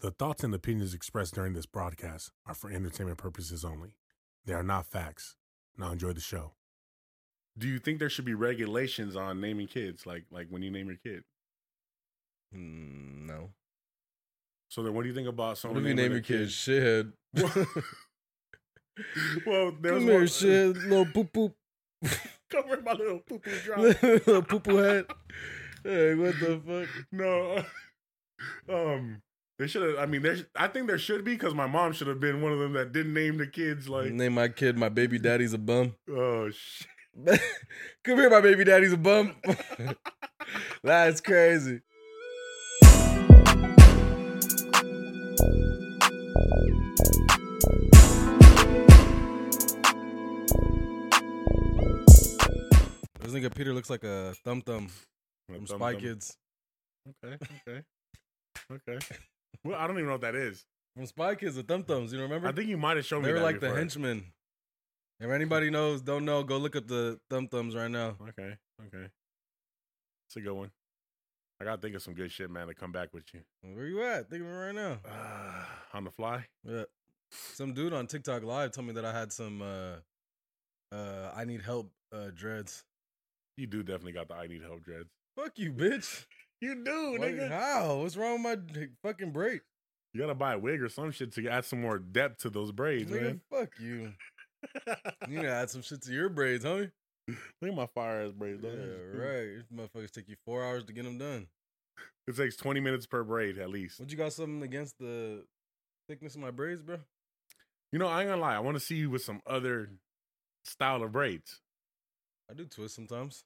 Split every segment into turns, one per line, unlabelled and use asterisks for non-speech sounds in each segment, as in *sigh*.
The thoughts and opinions expressed during this broadcast are for entertainment purposes only. They are not facts. Now enjoy the show.
Do you think there should be regulations on naming kids, like like when you name your kid?
Mm, no.
So then, what do you think about
What
someone?
if you name your kid shithead? *laughs*
kid? *laughs* well, there's
Come
one. uh, *laughs*
here, shit, little poop poop,
Come here, my little poo poo drop.
*laughs* little poo poo head. Hey, what the fuck?
no. *laughs* um, they should have. I mean, there. sh- I think there should be because my mom should have been one of them that didn't name the kids. *laughs* Like,
Name my kid, my baby daddy's a bum. *laughs*
oh shit.
Come here, my baby daddy's a bum. *laughs* That's crazy. This nigga Peter looks like a thumb thumb
Thumb,
from Spy
thumb.
Kids.
Okay. Okay. okay. *laughs* Well, I don't even know what that is.
From Spy Kids, the thumb thumbs. You remember?
I think you might have shown me.
they were
that
like the
before.
henchmen. If anybody knows, don't know, go look up the thumb thumbs right now.
Okay, okay. It's a good one. I gotta think of some good shit, man, to come back with you. *sighs*
Where you at? Think of it right now.
Uh, on the fly?
Yeah. Some dude on TikTok live told me that I had some uh uh I need help uh dreads.
You do definitely got the I need help dreads.
Fuck you, bitch.
You do,
Why-
nigga.
how? What's wrong with my d- fucking braids?
You gotta buy a wig or some shit to add some more depth to those braids,
Nigga,
man.
fuck you.
*laughs*
You need to add some shit to your braids, homie.
Look at my fire ass braids.
Yeah,
don't they?
right. These motherfuckers take you four hours to get them done.
It takes 20 minutes per braid at least.
What you got something against the thickness of my braids, bro?
You know, I ain't gonna lie, I wanna see you with some other style of braids.
I do twist sometimes.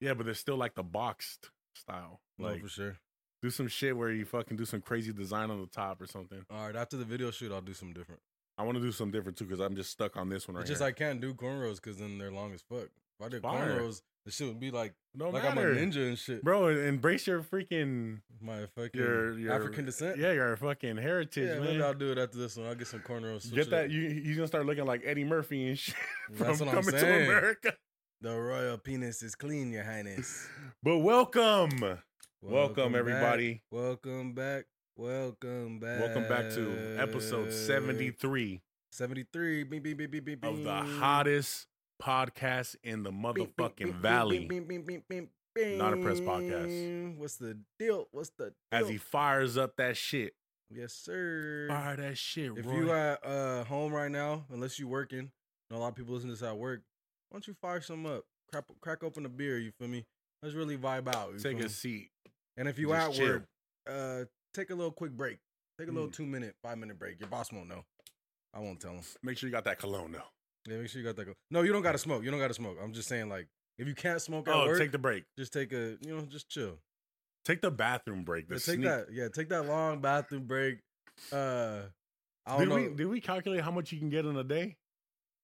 Yeah, but they're still like the boxed style.
Like,
Like
no, for sure.
do some shit where you fucking do some crazy design on the top or something.
All right, after the video shoot, I'll do some different.
I want to do something different too because I'm just stuck on this one right
it's just
here.
I can't do cornrows because then they're long as fuck. If I did
Fire.
cornrows, the shit would be like
no
like
matter.
I'm a ninja and shit.
bro. Embrace your freaking
My fucking
your, your
African descent.
Yeah, your fucking heritage,
Eh. yeah maybe I'll
man.
do it after this one. I'll get some cornrows. switch
Get
it
that
up.
you you gonna start looking like Eddie Murphy and shit from
That's what I'm
coming
saying.
to America.
The royal penis is clean, your highness.
But welcome, *laughs* welcome, everybody.
Back. Welcome back. Welcome back.
Welcome back to
Eh.
episode seventy three
73 beep, beep, beep, beep, beep,
of the
beep.
hottest podcast in the
Beep, beep, beep,
motherfucking
beep,
valley.
beep, beep, beep, beep, beep,
Not a press podcast.
beep. What's the deal? What's the deal?
As he fires up that shit,
Yes, sir.
fire that shit,
If
Roy.
you at uh, home right now, unless you working, and a lot of people listen to this at work, why don't you fire some up? Crack, crack open a beer, you feel me? Let's really vibe out. you
Take
feel
a
me?
seat.
And if you
just
at
chill.
work, uh, take a little quick break. Take a little
Mm.
two minute, five minute break. Your boss won't know. I won't tell him.
Make sure you got that cologne though.
Yeah, make sure you got that. Go- no, you don't got to smoke. You don't got to smoke. I'm just saying, like, if you can't smoke at
Oh,
work,
take the break.
just take a, you know, just chill.
Take the bathroom break. The
Yeah, take
sneak.
that. Yeah, take that long bathroom break. Uh, I don't
Did
know.
we did we calculate how much you can get in a day?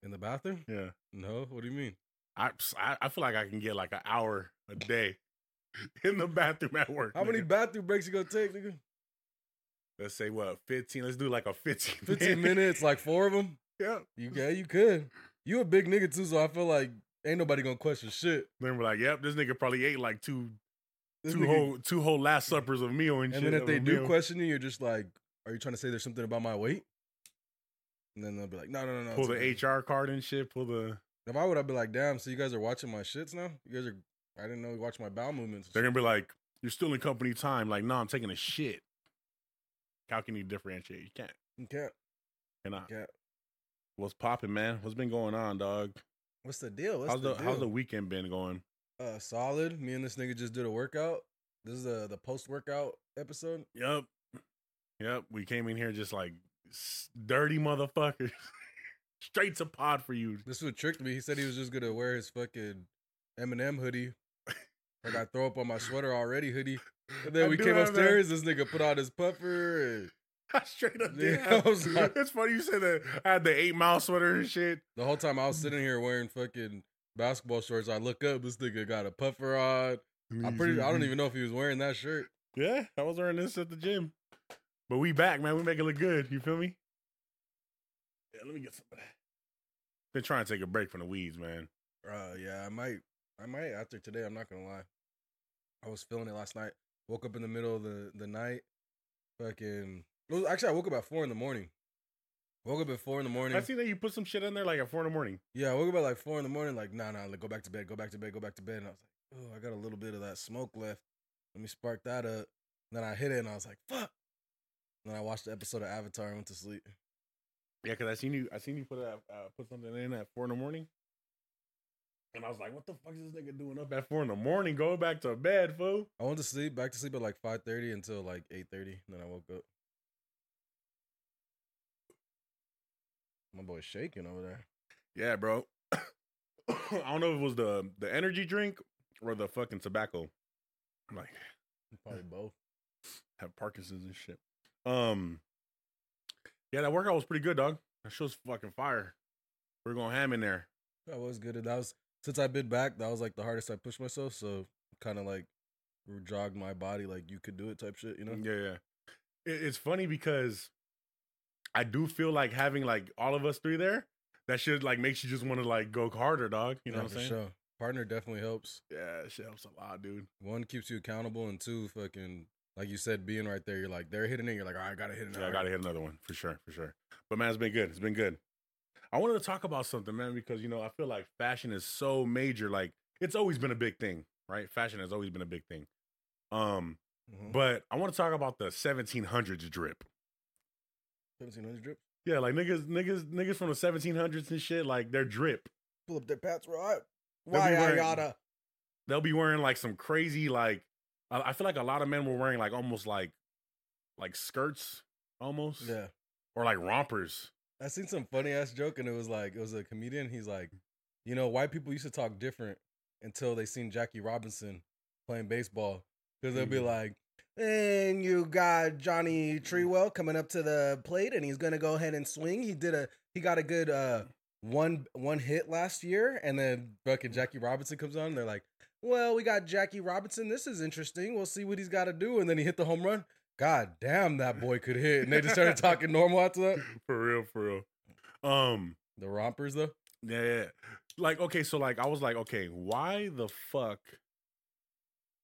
In the bathroom?
Yeah,
No. What do you mean?
I I, I feel like I can get like an hour a day *laughs* in the bathroom at work.
How many
nigga.
bathroom breaks you gonna take, *laughs* nigga?
Let's say what fifteen. Let's do like a
*laughs*
fifteen. *laughs*
15 minutes, like four of them.
Yeah. *laughs*
You yeah, you could. You a big nigga too, so I feel like ain't nobody gonna question shit.
Then we're like, yep, this nigga probably ate like two
This
two
nigga-
whole two whole last suppers of meal and,
and
shit.
then if
of
they
a
do
meal.
question you, you're just like, "Are you trying to say there's something about my weight?" And then they'll be like, "No, no, no, no."
pull
it's
the
okay."
HR card and shit. Pull the.
If I would, I'd be like, "Damn, so you guys are watching my shits now? You guys are? I didn't know you watched my bowel movements."
They're gonna be like, you're still in company time. Like, no, I'm taking a shit. How can you differentiate? You can't.
You can't.
Cannot.
Yeah.
What's popping, man? What's been going on, dog?
What's the deal? What's
how's the, how's the
deal?
weekend been going?
uh, solid? Me and this nigga just did a workout. This is the the post workout episode.
Yep. Yep. We came in here just like s- dirty motherfuckers. *laughs* Straight to pod for you.
This what tricked me. He said he was just gonna wear his fucking Eminem hoodie. Like I throw up on my sweater already hoodie. And
*laughs*
then
I
we
do
came
have that.
upstairs. This nigga put on his puffer and
I straight up did.
*laughs* Yeah, I
have-
was like-
it's funny you said that. I had the eight mile sweater and shit.
The whole time I was sitting here wearing fucking basketball shorts, I look up. This nigga got a puffer on. I pretty. I don't
Mm-hmm.
even know if he was wearing that shirt.
Yeah, I was wearing this at the gym. But we back, man. We make it look good. You feel me? Yeah, let me get some of that. Been trying to take a break from the weeds, man.
Uh, yeah, I might. I might after today. I'm not gonna lie. I was feeling it last night. Woke up in the middle of the the night. Fucking. it was- Actually, I woke up at four in the morning. Woke up at four in the morning.
I see that you put some shit in there like at four in the morning.
Yeah, I woke up at like four in the morning, like, nah, nah, like, go back to bed, go back to bed, go back to bed. And I was like, oh, I got a little bit of that smoke left. Let me spark that up. And then I hit it and I was like, fuck. And then I watched the episode of Avatar and went to sleep.
Yeah, cause I seen you. I seen you put a, uh, put something in at four in the morning, and I was like, "What the fuck is this nigga doing up at four in the morning? Go back to bed, fool."
I went to sleep, back to sleep at like 5.30 until like 8.30. And then I woke up. My boy's shaking over there.
Yeah, bro. *coughs* I don't know if it was the the energy drink or the fucking tobacco. I'm like,
Probably
*laughs*
both.
have Parkinson's and shit. Um, yeah, that workout was pretty good, dog. That show's fucking fire. We're going ham in there.
That was good. That was since I've been back. That was like the hardest I pushed myself. So kind of like jogged my body, like you could do it type shit. You know?
Mm, Yeah, yeah. It, it's funny because I do feel like having like all of us three there. That shit like makes you just want to like go harder, dog. You know
Yeah,
what I'm
for
saying?
sure. Partner definitely helps.
Yeah, that shit helps a lot, dude.
One keeps you accountable, and two, fucking like you said, being right there. You're like they're hitting it. You're like, all right, I gotta hit it.
Yeah, I gotta hit another one for sure, for sure. But man, it's been good. It's been good. I wanted to talk about something, man, because you know I feel like fashion is so major. Like it's always been a big thing, right? Fashion has always been a big thing. Um,
Mm-hmm.
but I want to talk about the 1700s drip.
Seventeen hundred drip.
Yeah, like niggas, niggas, niggas from the 1700s and shit. Like their drip.
Pull up their pants, right?
They'll be
Why I
wearing-
gotta?
They'll be wearing like some crazy like. I, I feel like a lot of men were wearing like almost like, like skirts almost,
Yeah,
or like rompers.
I seen some funny ass joke, and it was like it was a comedian. He's like, you know, white people used to talk different until they seen Jackie Robinson playing baseball because they'll be
Mm.
like. And you got Johnny Treewell coming up to the plate, and he's gonna go ahead and swing. He did a he got a good uh one one hit last year, and then fucking Jackie Robinson comes on. And they're like, "Well, we got Jackie Robinson. This is interesting. We'll see what he's got to do." And then he hit the home run. God damn, that boy could hit. And they just started talking normal after that.
for real, for real. Um,
The rompers though.
Yeah, yeah. Like, okay, so like I was like, okay, why the fuck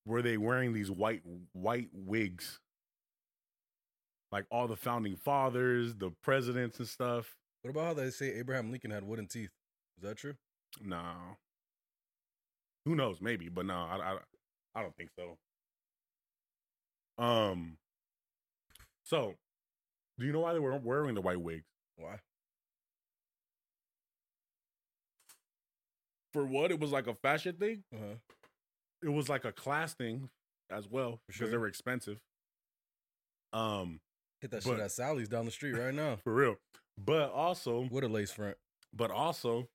were they wearing these white white wigs? Like all the founding fathers, the presidents and stuff.
What about how they say Abraham Lincoln had wooden teeth? Is that true?
No. Who knows? Maybe, but no, I, I I don't think so. Um so do you know why they were wearing the white wigs?
Why?
For what? It was like a fashion thing?
Uh-huh.
it was like a class thing as well because they
sure.
were expensive. Um,
Hit that
But-
shit at Sally's down the street right
*laughs*
now.
for real. But also,
What a lace front.
but also,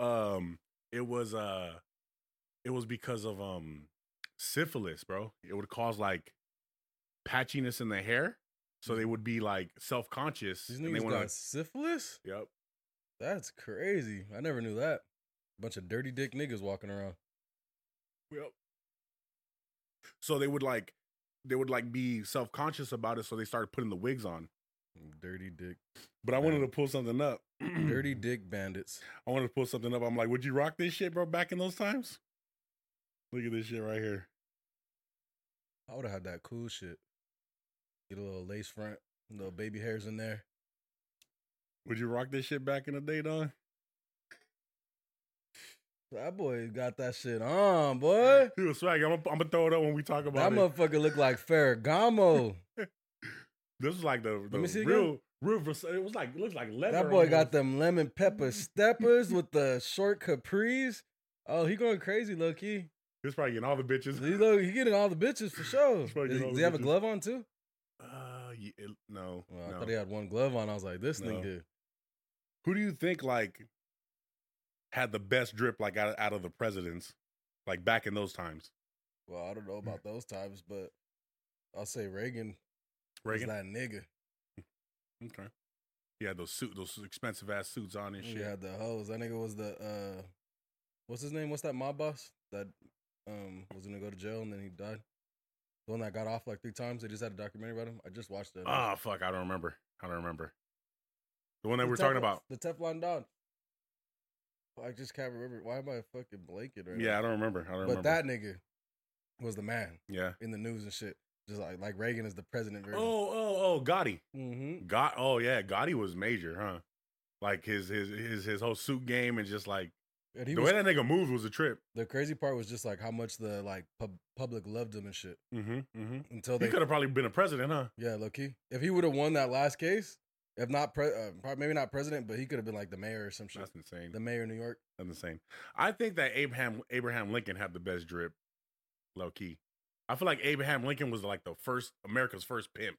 um, it was uh, it was because of um, syphilis, bro. It would cause like patchiness in the hair, so they would be like self conscious.
Mm-hmm. These
and they
niggas
wanna-
got syphilis.
Yep.
That's crazy. I never knew that. Bunch of dirty dick niggas walking around.
Yep. So they would like, they would like be self conscious about it, so they started putting the wigs on.
Dirty dick.
But I wanted
Man.
to pull something up. *clears throat*
Dirty dick bandits.
I wanted to pull something up. I'm like, would you rock this shit, bro, back in those times? Look at this shit right here.
I would have had that cool shit. Get a little lace front, little baby hairs in there.
Would you rock this shit back in the day, dog?
That boy got that shit on, boy.
He was swag. I'm gonna I'm gonna throw it up when we talk
That
about it.
motherfucker looked like Ferragamo.
This was like the, the
me see again.
real, real. vers- It was like looks like leather.
that boy got
almost.
them lemon pepper steppers with the short capris. Oh, he going crazy, low key.
He's probably getting all the *laughs* bitches.
He, look, he getting all the bitches for sure.
He's probably
Does,
getting all
does
the
he have a
bitches.
glove on too?
Uh, ye- it- no,
Well, I
no.
thought he had one glove on. I was like, this
No.
nigga.
Who do you think like had the best drip like out, out of the presidents, like back in those times?
Well, I don't know about those times, but I'll say Reagan.
Reagan.
was that nigga.
okay. He had those suit, those expensive ass suits on and shit.
She had the hose. That nigga was the uh what's his name? What's that mob boss that um was gonna go to jail and then he died? The one that got off like three times. They just had a documentary about him. I just watched that.
Ah, fuck, I don't remember. I don't remember. The one that
The
we were talking
Teflon-
about.
The Teflon Don. I just can't remember. Why am I fucking blanking right now?
Yeah, I don't remember. I don't
But
remember.
that nigga was the man
yeah,
in the news and shit. Just like like Reagan is the president
Oh,
version.
oh, oh, Gotti.
hmm
God, oh yeah, Gotti was major, huh? Like his his his his whole suit game and just like
And he
the
was,
way that nigga moved was a trip.
the crazy part was just like how much the like pub- public loved him and shit
Mm-hmm, mm-hmm. He
until they
could have probably been a president, huh?
yeah low key. If he would have won that last case, if not pre- uh, prob- maybe not president, but he could have been like the mayor or some shit.
That's insane.
the mayor of New York.
That's insane. I think that Abraham Abraham Lincoln had the best drip, low key. I feel like Abraham Lincoln was like the first America's first pimp.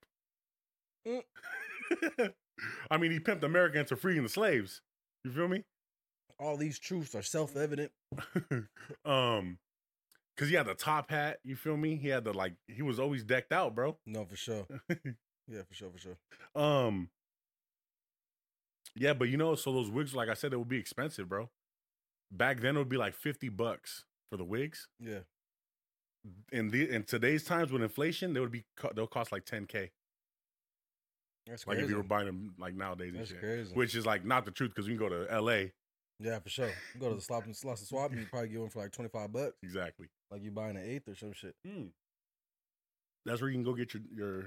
Mm.
*laughs* I mean, he pimped America into freeing the slaves. You feel me? *laughs*
All these truths are self evident.
um, because he had the top hat. You feel me? He had the like. He was always decked out, bro.
No,
*laughs*
for sure. yeah, for sure, for sure.
Um. Yeah, but you know, so those wigs, like I said, they would be expensive, bro. Back then, it would be like fifty bucks for the wigs.
Yeah,
In the in today's times with inflation, they would be co- they'll cost like ten k.
that's
Like
crazy.
if you were buying them like nowadays and
that's
shit,
crazy.
which is like not the truth because you can go to L.A.
yeah, for sure. You go to the slop and slot and
*laughs*
swap, and you probably get one for like twenty five bucks.
Exactly.
Like you buying an eighth or some shit.
That's where you can go get your your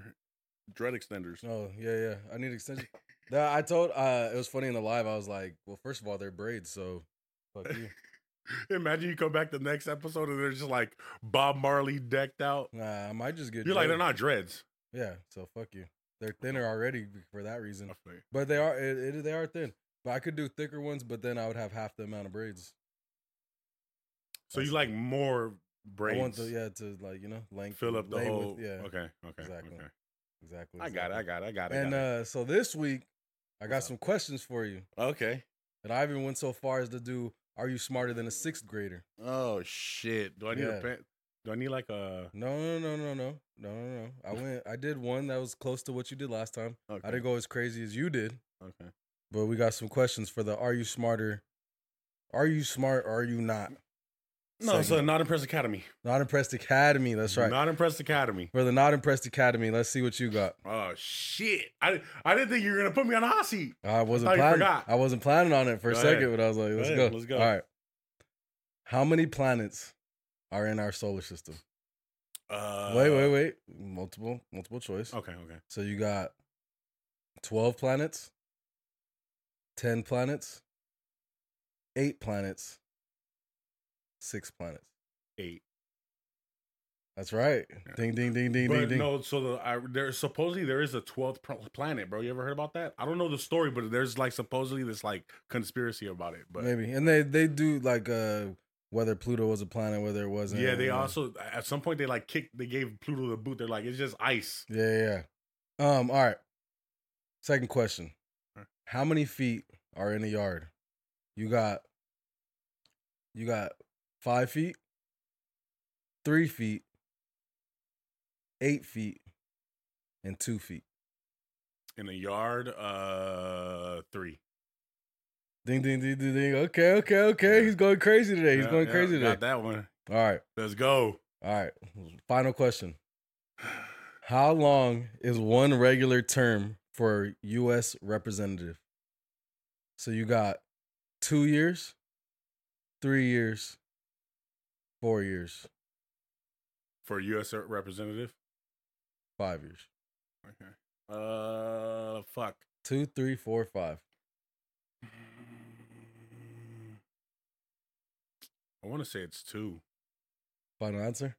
dread extenders.
Oh yeah, yeah. I need extension. Nah, I told. uh It was funny in the live. I was like, well, first of all, they're braids, so fuck
*laughs*
you.
*laughs* Imagine you come back the next episode and they're just like Bob Marley decked out.
Nah, I might just get.
You're like they're
dreads.
not dreads.
Yeah, so fuck you. They're
*laughs*
thinner already for that reason,
I feel you.
but they are it, it, they are thin. But I could do thicker ones, but then I would have half the amount of braids.
So you
That's-
like more braids?
I want to, yeah, to like you know, length,
fill up the
lay with-
whole.
yeah,
Okay. Okay.
Exactly.
Okay.
exactly.
I got it. I got it. I got it. I
And
got it.
uh, so this week, I got
What's up?
some questions for you,
okay.
and I even went so far as to do: Are you smarter than a sixth grader?
Oh shit! Do I need
yeah.
a pen? Do I need like a?
No, no, no, no, no, no, no, no. I went. I did one that was close to what you did last time.
Okay.
I didn't go as crazy as you did,
okay.
but we got some questions for the "Are you smarter? Are you smart? or Are you not?"
No, so
segment.
not impressed academy.
Not impressed Academy. That's right.
Not impressed academy.
for the Not Impressed Academy, let's see what you got.
Oh shit! I I didn't think you were gonna put me on a hot seat.
I wasn't
thought you
planning.
forgot.
I wasn't planning on it for a
Go
second,
ahead.
but I was like, "Let's
ahead,
go.
let's go.
All right. How many planets are in our solar system?
Uh, oh.
wait, wait, wait. Multiple, multiple choice.
Okay, okay.
So you got twelve planets, ten planets, eight planets, six planets.
Eight.
That's right. Ding, ding, ding, ding, ding,
But
ding.
no, so the, I, there supposedly there is a twelfth pl- planet, bro. You ever heard about that? I don't know the story, but there's like supposedly this like conspiracy about it. But
Maybe, and they they do like uh whether Pluto was a planet, whether it wasn't.
Yeah, they
and- uh,
also at some point they like kicked. They gave Pluto the boot. They're like, it's just ice.
Yeah, yeah. yeah. Um. All right. Second question:
Huh?
How many feet are in a yard? You got. You got five feet, three feet, eight feet, and two feet.
in a yard. Uh, three.
Ding ding ding ding ding. Okay, okay, okay.
Yeah.
He's going crazy today. He's
Yeah,
going
yeah,
crazy today.
Got that one.
All right,
Let's go. *sighs*
all right. Final question: How long is one regular term for U.S. representative? So you got two years, three years, four years,
For U.S. representative.
five years.
Okay. Uh, fuck.
Two, three, four, five.
I want to say it's two.
Final answer.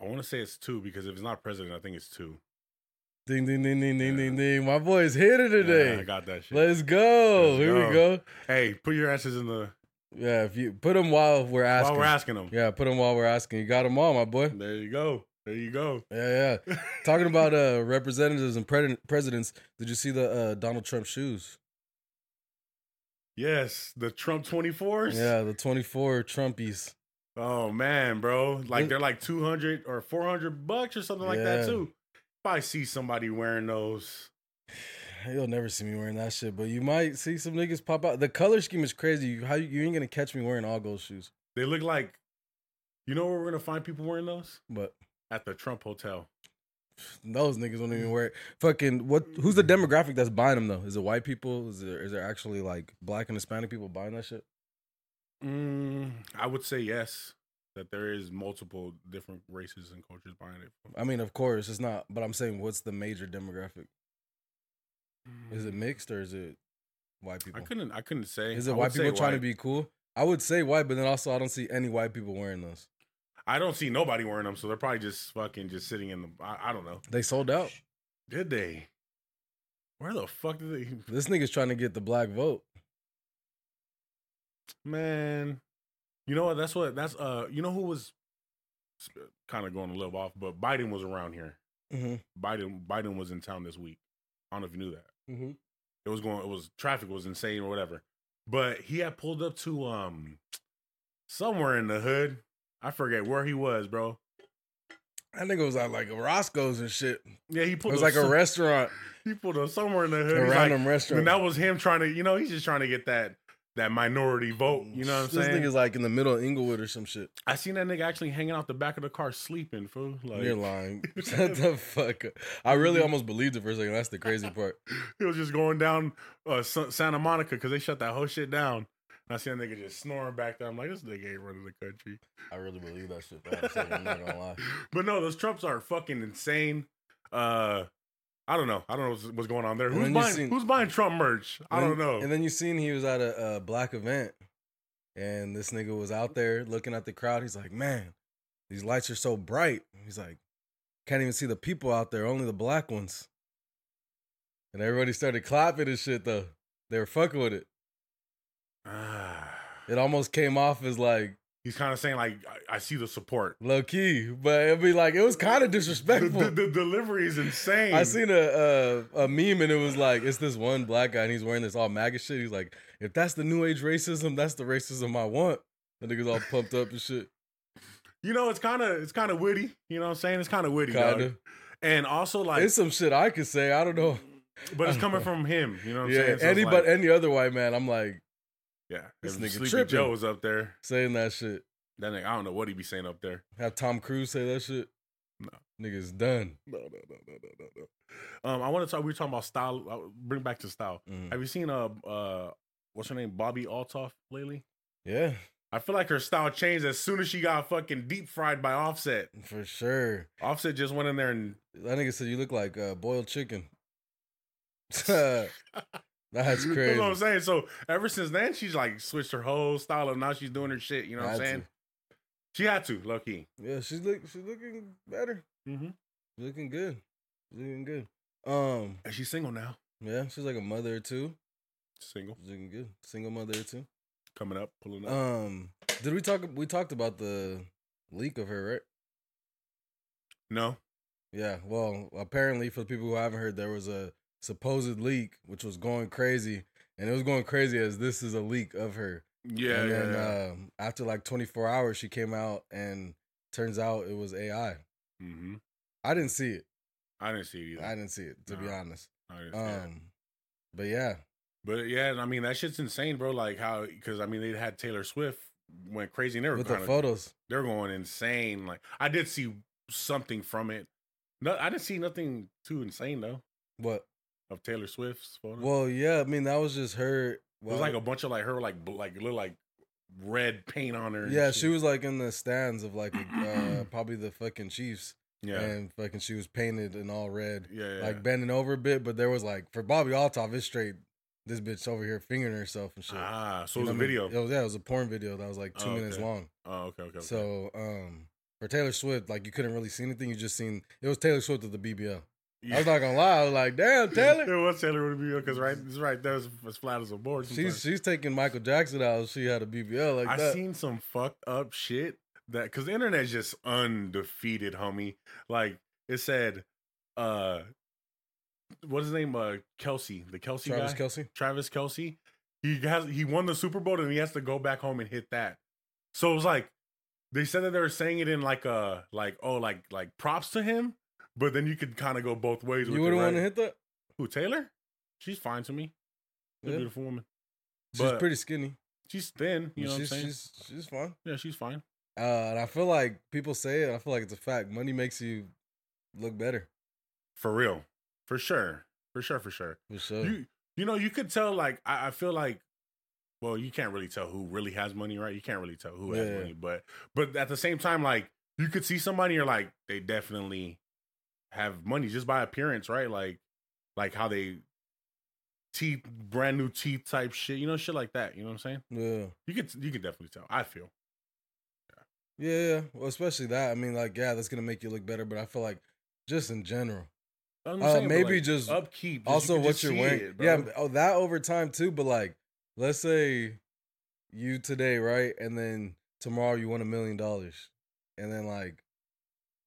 I want to say it's two because if it's not president, I think it's two.
Ding, ding, ding, ding, ding, ding, ding. My boy is hitting
Yeah, I
today.
got that shit.
Let's go.
Let's
Here we
go.
go.
hey, put your answers in the
Yeah, if you put them while we're asking.
while we're asking them.
Yeah, put them while we're asking. You got them all, my boy.
There you go. There you go. *laughs*
Yeah, yeah. Talking about uh, representatives and pred- presidents, did you see the uh, Donald Trump shoes?
yes, the Trump twenty fours.
Yeah, the 24 Trumpies.
Oh man, bro. Like
Th-
they're like 200 or 400 bucks or something like that
Yeah.
too. If I see somebody wearing those,
You'll never see me wearing that shit, but you might see some niggas pop out. The color scheme is crazy. You, how you, you ain't gonna catch me wearing all gold shoes,
they look like You know where we're going to find people wearing those?
but
At the Trump Hotel.
those niggas don't even wear it. Fucking what? Who's the demographic that's buying them though? Is it white people? Is there is there actually like black and Hispanic people buying that shit?
Mm, I would say yes. that there is multiple different races and cultures behind it.
I mean, of course, it's not. But I'm saying, what's the major demographic? Is it mixed or is it white people?
Hmm. Mm, I couldn't. I couldn't say.
Is it
I would
white
say
people trying to
white.
be cool? I would say white, but then also I don't see any white people wearing those.
I don't see nobody wearing them, so they're probably just fucking just sitting in the. I, I don't know.
They sold out.
Did they? Where the fuck did they? *laughs*
This nigga's trying to get the black vote.
Man, you know what? That's what. That's uh. You know who was kind of going to live off, but Biden was around here.
Mm-hmm.
Biden Biden was in town this week. I don't know if you knew that.
Mm-hmm.
It was going. It was traffic was insane or whatever. But he had pulled up to um somewhere in the hood. I forget where he was, bro.
That nigga was at like Roscoe's and shit.
Yeah, he
It
pulled.
was
up
like a
some-
restaurant,
He pulled up somewhere in the
a
hood. He's like,
random restaurant.
And that was him trying to, you know, he's just trying to get that that minority vote. You know what I'm
this
saying?
nigga's like in the middle of Inglewood or some shit.
I seen that nigga actually hanging out the back of the car sleeping, fool. Like
You're
*laughs*
lying. *laughs* Shut the fuck up. I really almost believed it for a second. That's the crazy part.
he was just going down uh, Sa- Santa Monica because they shut that whole shit down. And I seen that nigga just snoring back there. I'm like, this nigga ain't running the country.
I really believe that shit. honestly. I'm not gonna lie.
*laughs* But no, those Trumps are fucking insane. Uh, I don't know. I don't know what's, what's going on there.
And
Who's
then you
buying
seen-
Who's buying Trump merch? I
And
don't
then-
know.
And then you seen he was at a, a black event, and this nigga was out there looking at the crowd. He's like, "Man, these lights are so bright." He's like, "Can't even see the people out there, only the black ones." And everybody started clapping and shit. Though they were fucking with it.
Ah.
It almost came off as like
he's kind of saying like, I, I see the support.
low key, but it'd be like it
*laughs*
was kind of
The,
disrespectful.
the, the delivery is insane.
I seen a, a a meme and it was like it's this one black guy and he's wearing this all MAGA shit. He's like, if that's the new age racism, that's the racism I want. The niggas all pumped up and shit.
You know, it's kind of it's kind of witty. You know what I'm saying? It's kind of witty, dog.
Kinda.
and also like,
It's some shit I could say. I don't know.
but it's coming from him. You know what I'm
yeah,
saying? So it's
anybody,
like,
any other white man, I'm like
yeah,
this
if
nigga
Sleepy
tripping.
Joe was up there.
saying that shit.
That nigga, I don't know what he be saying up there.
Have Tom Cruise say that shit.
No.
Niggas done.
No, no, no, no, no, no, no. Um, I want to talk. We were talking about style. I'll bring back to style.
Mm.
Have you seen uh uh what's her name Bobby Altoff lately?
Yeah,
I feel like her style changed as soon as she got fucking deep fried by Offset.
for sure.
Offset just went in there and
That nigga said you look like uh, boiled chicken.
*laughs*
*laughs*
That's
That's
*laughs*
crazy.
what I'm saying. So ever since then, she's like switched her whole style and now she's doing her shit. You know what I'm
Had to.
saying? She had to, low key.
Yeah, she's look she's looking better.
Mm-hmm.
Looking good. Looking good. Um,
And she's single now.
yeah, she's like a mother or two.
Single.
Looking good. Single mother or two.
Coming up, pulling up.
Um, did we talk we talked about the leak of her, right?
no.
Yeah. Well, apparently for the people who haven't heard, there was a supposed leak which was going crazy. And it was going crazy as this is a leak of her.
Yeah.
and
yeah,
then
yeah.
um after like 24 hours she came out and turns out it was AI.
hmm
I didn't see it.
I didn't see it either.
I didn't see it, to be
Nah.
honest.
I didn't see it.
Um but yeah,
But yeah, and I mean that shit's insane, bro. Like how because I mean they had Taylor Swift went crazy and they were
with the
kind of
photos.
they're going insane. Like I did see something from it. No, I didn't see nothing too insane though
What?
of Taylor Swift's photo.
Well, yeah, I mean that was just her.
It
Well,
was like a bunch of like her like bl- like little like red paint on her. and
yeah,
shit.
she was like in the stands of like
*clears throat*
uh, probably the fucking Chiefs,
yeah
and fucking she was painted in all red,
yeah yeah.
like bending over a bit. But there was like for Bobby Altoff, it's straight this bitch over here fingering herself and shit.
ah, so it
You
was
know
a
what I mean?
video.
It was, yeah, it was a porn video that was like two
Oh,
minutes
okay.
long.
Oh okay okay. okay. *laughs*
So um, for Taylor Swift, like you couldn't really see anything. You just seen it was Taylor Swift at the BBL. I
Yeah.
was not gonna lie, I was
*laughs*
like, damn, Taylor.
it was Taylor with a video because right it's right there as flat as a board.
She's
sometimes.
she's taking Michael Jackson out. If she had a BBL like
I
that.
seen some fucked up shit that because the internet's just undefeated, homie. Like it said, uh, what's his name? Uh, Kelsey, the Kelsey
Travis
guy,
Kelsey.
Travis Kelsey. He has he won the Super Bowl and he has to go back home and hit that. So it was like they said that they were saying it in like a like oh like like props to him, but then you could kind of go both ways.
You
with it,
would have
right?
want to hit that.
who Taylor? She's fine to me. She's
Yeah.
a beautiful woman.
She's
but-
pretty skinny.
She's thin. You know what I'm
she's,
saying?
she's she's fine.
yeah, she's fine.
Uh, and I feel like people say it. I feel like it's a fact. Money makes you look better
For real. For sure. For sure. For sure.
for sure.
You you know, you could tell like I, I feel like well, you can't really tell who really has money, right? You can't really tell who has
Yeah.
money, but but at the same time, like you could see somebody, you're like, they definitely have money just by appearance, right? Like like how they teeth, brand new teeth type shit, you know, shit like that. You know what I'm saying?
Yeah.
You could you could definitely tell. I feel
Yeah, yeah. Well, especially that. I mean, like, yeah, that's gonna make you look better, but I feel like just in general.
I'm
Uh,
but,
maybe just-
upkeep. just- you
also,
could
what
just
you're
see
wearing.
it, bro.
yeah, oh, that over time too. But like, let's say you today, right, and then tomorrow you won a million dollars, and then like,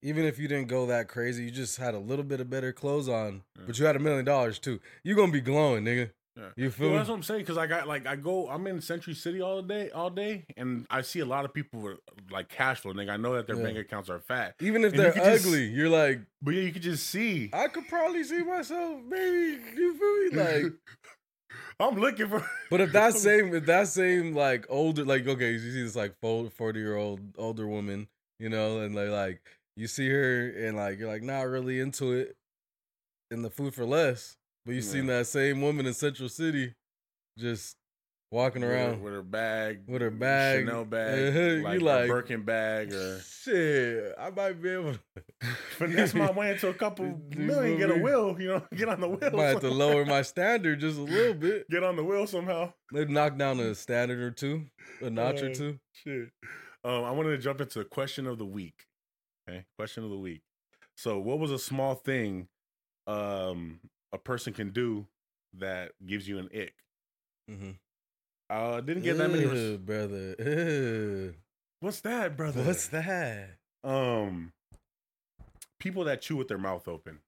even if you didn't go that crazy, you just had a little bit of better clothes on,
Yeah.
but you had a million dollars too. You gonna be glowing, nigga.
Yeah.
You
Well,
feel
that's
me?
what I'm saying because I got like I go I'm in Century City all day all day and I see a lot of people with like cash flow nigga I know that their
Yeah.
bank accounts are fat
Even if
and you
they're
could
ugly,
just-
you're like,
but yeah you could just see
I could probably see myself, maybe.
*laughs*
You feel me? Like.
I'm looking
*laughs*
for
But if that same, if that same like older, like okay, you see this like forty year old older woman, you know, and like like you see her and like you're like not really into it, in the food for less, but you seen
Yeah.
that same woman in Central City, just walking
With her-
around
with her bag
with her bag,
Chanel bag
Uh-huh, you
like,
like-
a Birkin bag
*laughs*
or
shit, I might
*laughs*
be able. to
finesse my way into a couple
Dude,
million get a
movie.
wheel you know *laughs* get on the wheel
Might have to
somehow.
lower my standard just a little bit.
get on the wheel somehow
Maybe knock down a standard or two, a notch or
Uh,
two.
Shit. Um, I wanted to jump into question of the week. Okay, question of the week. So, what was a small thing um a person can do that gives you an ick?
Mhm.
Uh, I didn't get that many.
Ew,
Res-
brother. *laughs* Ew.
What's that, brother?
What's that?
Um, people that chew with their mouth open.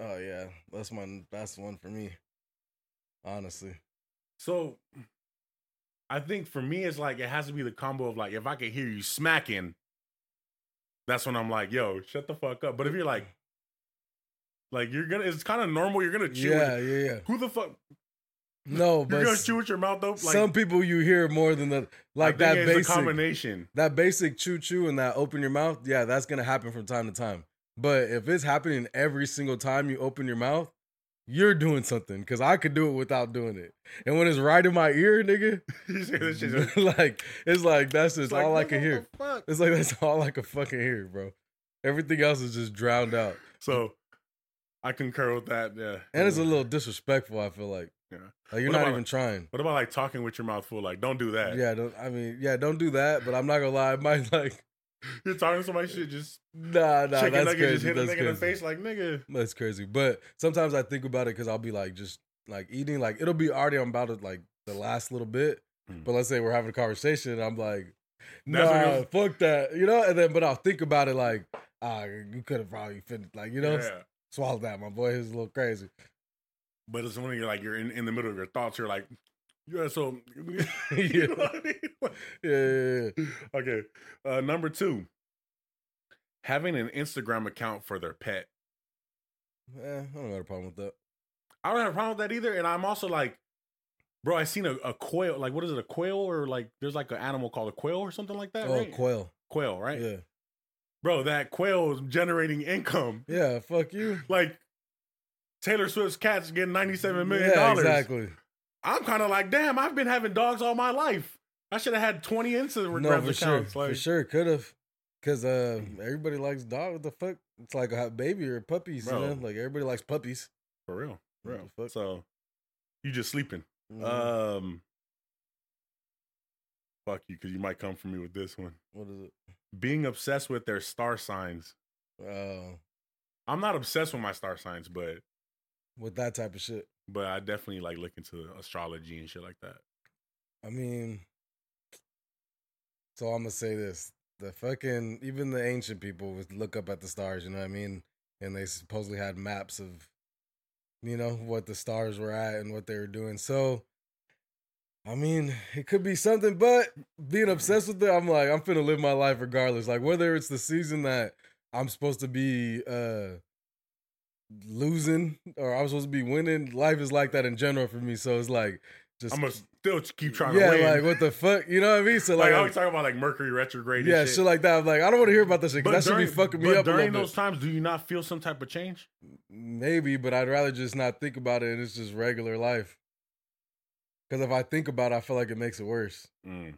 Oh yeah, that's my that's one for me. Honestly,
So, I think for me, it's like it has to be the combo of like if I can hear you smacking, that's when I'm like, yo, shut the fuck up. But if you're like, like you're gonna, it's kind of normal. You're gonna chew. with-
yeah,
*laughs*
yeah, yeah.
Who the fuck?
No,
You're
but
gonna
s-
chew with your mouth open? Like,
some people you hear more than the like that
it's a
basic *laughs*
combination. *laughs*
that basic choo choo and that open your mouth. Yeah, that's gonna happen from time to time. But if it's happening every single time you open your mouth, you're doing something because I could do it without doing it. And when it's right in my ear,
*laughs*
nigga,
You say this
*laughs*
shit's like-
like it's like that's just
it's like,
all I
what
can
the
hear.
fuck?
It's like that's *laughs* all I can fucking hear, bro. Everything else is just drowned out.
So, I concur with that. Yeah,
And it's a little disrespectful, I feel like.
Yeah.
Like you're
What
not
about,
even trying.
What about like talking with your mouth full? Like, don't do that.
Yeah, don't I mean, yeah, don't do that, but I'm not gonna lie, it might *laughs* like
*laughs* you're talking to somebody. Shit, just
nah nah
chicken
that's
nugget
crazy.
just hit a
that's,
nigga in the
crazy.
face. Like, nigga,
that's crazy. But sometimes I think about it because I'll be like just like eating, like it'll be already I'm about to like the last little bit.
Mm.
But let's say we're having a conversation and I'm like, nah,
That's when it
fuck that. You know, and then but I'll think about it like, ah, you could have probably finished like, you know,
yeah.
swallow that, my boy. He's a little crazy.
But it's when you're like you're in, in the middle of your thoughts. You're like, yeah. So,
*laughs*
*laughs*
Yeah.
you know what I mean?
Yeah, yeah, yeah.
okay. Uh, number two, having an Instagram account for their pet.
Eh, I don't got a problem with that.
I don't have a problem with that either. And I'm also like, bro, I seen a, a quail. Like, what is it? A quail or like there's like an animal called a quail or something like that.
Oh,
right?
quail.
quail, right?
Yeah.
Bro, that quail is generating income.
Yeah, fuck you.
Like Taylor Swift's cat's getting 97 million
Yeah,
dollars.
exactly.
I'm kind of like, damn, I've been having dogs all my life. I should have had 20 Instagram
No, for
accounts.
sure.
Like,
for sure, could have. Cause uh, everybody likes dog. What the fuck? It's like a hot baby or puppies.
Bro.
You know? Like everybody likes puppies.
for real. For
What
real.
the fuck?
So you just sleeping.
Mhm.
Um fuck you, because you might come for me with this one.
what is it?
Being obsessed with their star signs.
Oh,
I'm not obsessed with my star signs, but
with that type of shit.
but I definitely like look into astrology and shit like that.
I mean, so I'm gonna say this: the fucking even the ancient people would look up at the stars. You know what I mean? And they supposedly had maps of, you know, what the stars were at and what they were doing. So, I mean, it could be something. But being obsessed with it, I'm like, I'm finna live my life regardless. Like whether it's the season that I'm supposed to be uh losing or I'm supposed to be winning, life is like that in general for me. So it's like just
I'm gonna still keep trying
yeah,
to win.
like what the fuck? You know what I mean? So
like
like,
I always talk about like Mercury retrograde.
yeah,
and
shit.
shit.
like that. I'm like, I don't want to hear about this shit
But
because that
during-
should be fucking me
but
up a
during
little
those
bit.
times, do you not feel some type of change?
Maybe, but I'd rather just not think about it. and It's just regular life. Because if I think about it, I feel like it makes it worse.
Mm.
I feel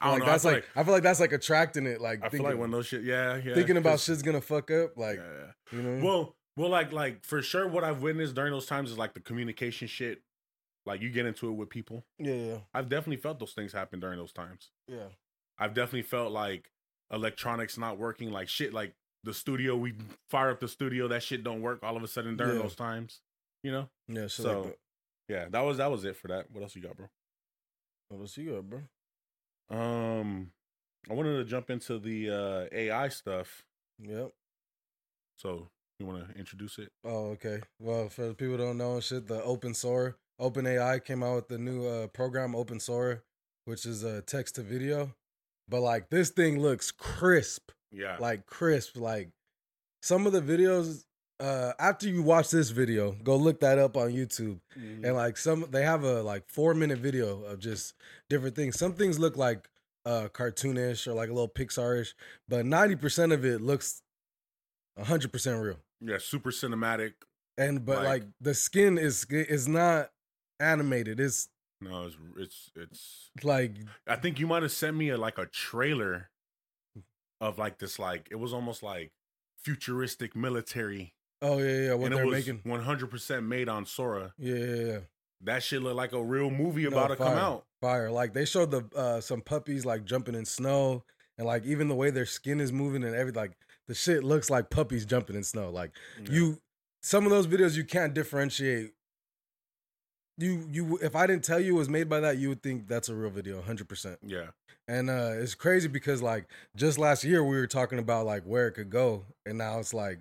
I don't
like
know, I
that's
feel
like, I feel like that's like attracting it. Like
I feel
thinking,
like when those shit, yeah, yeah.
thinking about
'cause-
shit's gonna fuck up. Like Mm-hmm.
yeah, yeah.
you know,
Well, well, like, like for sure, what I've witnessed during those times is like the communication shit. Like you get into it with people.
yeah, yeah,
I've definitely felt those things happen during those times.
yeah.
I've definitely felt like electronics not working, like shit, like the studio. We fire up the studio, that shit don't work. All of a sudden during
Yeah.
those times, you know.
Yeah, shit
So,
like that.
yeah, that was that was it for that. What else you got, bro?
What else you got, bro?
Um, I wanted to jump into the uh, AI stuff.
Yep.
So you want to introduce it?
Oh, okay. Well, for the people who don't know and shit, the open Sora, open AI came out with the new uh, program open Sora, which is uh, text to video. But like this thing looks crisp,
Yeah.
like crisp. Like some of the videos, uh, after you watch this video, go look that up on YouTube.
Mm-hmm.
And like some, they have a like four minute video of just different things. Some things look like uh cartoonish or like a little Pixar-ish, but ninety percent of it looks hundred percent real.
yeah, super cinematic.
And but
Like-
like, the skin is is not animated. It's
No, it's it's it's.
like
I think you might have sent me a, like a trailer of like this like it was almost like futuristic military,
oh yeah yeah what
and it
they're
was
making
one hundred percent made on Sora.
yeah yeah yeah
That shit looked like a real movie
No,
about to come
fire.
out.
fire. Like they showed the uh some puppies like jumping in snow and like even the way their skin is moving and everything like the shit looks like puppies jumping in snow. Like you some of those videos you can't differentiate. You you if I didn't tell you it was made by that you would think that's a real video 100 percent
yeah,
And uh it's crazy because like just last year we were talking about like where it could go and now it's like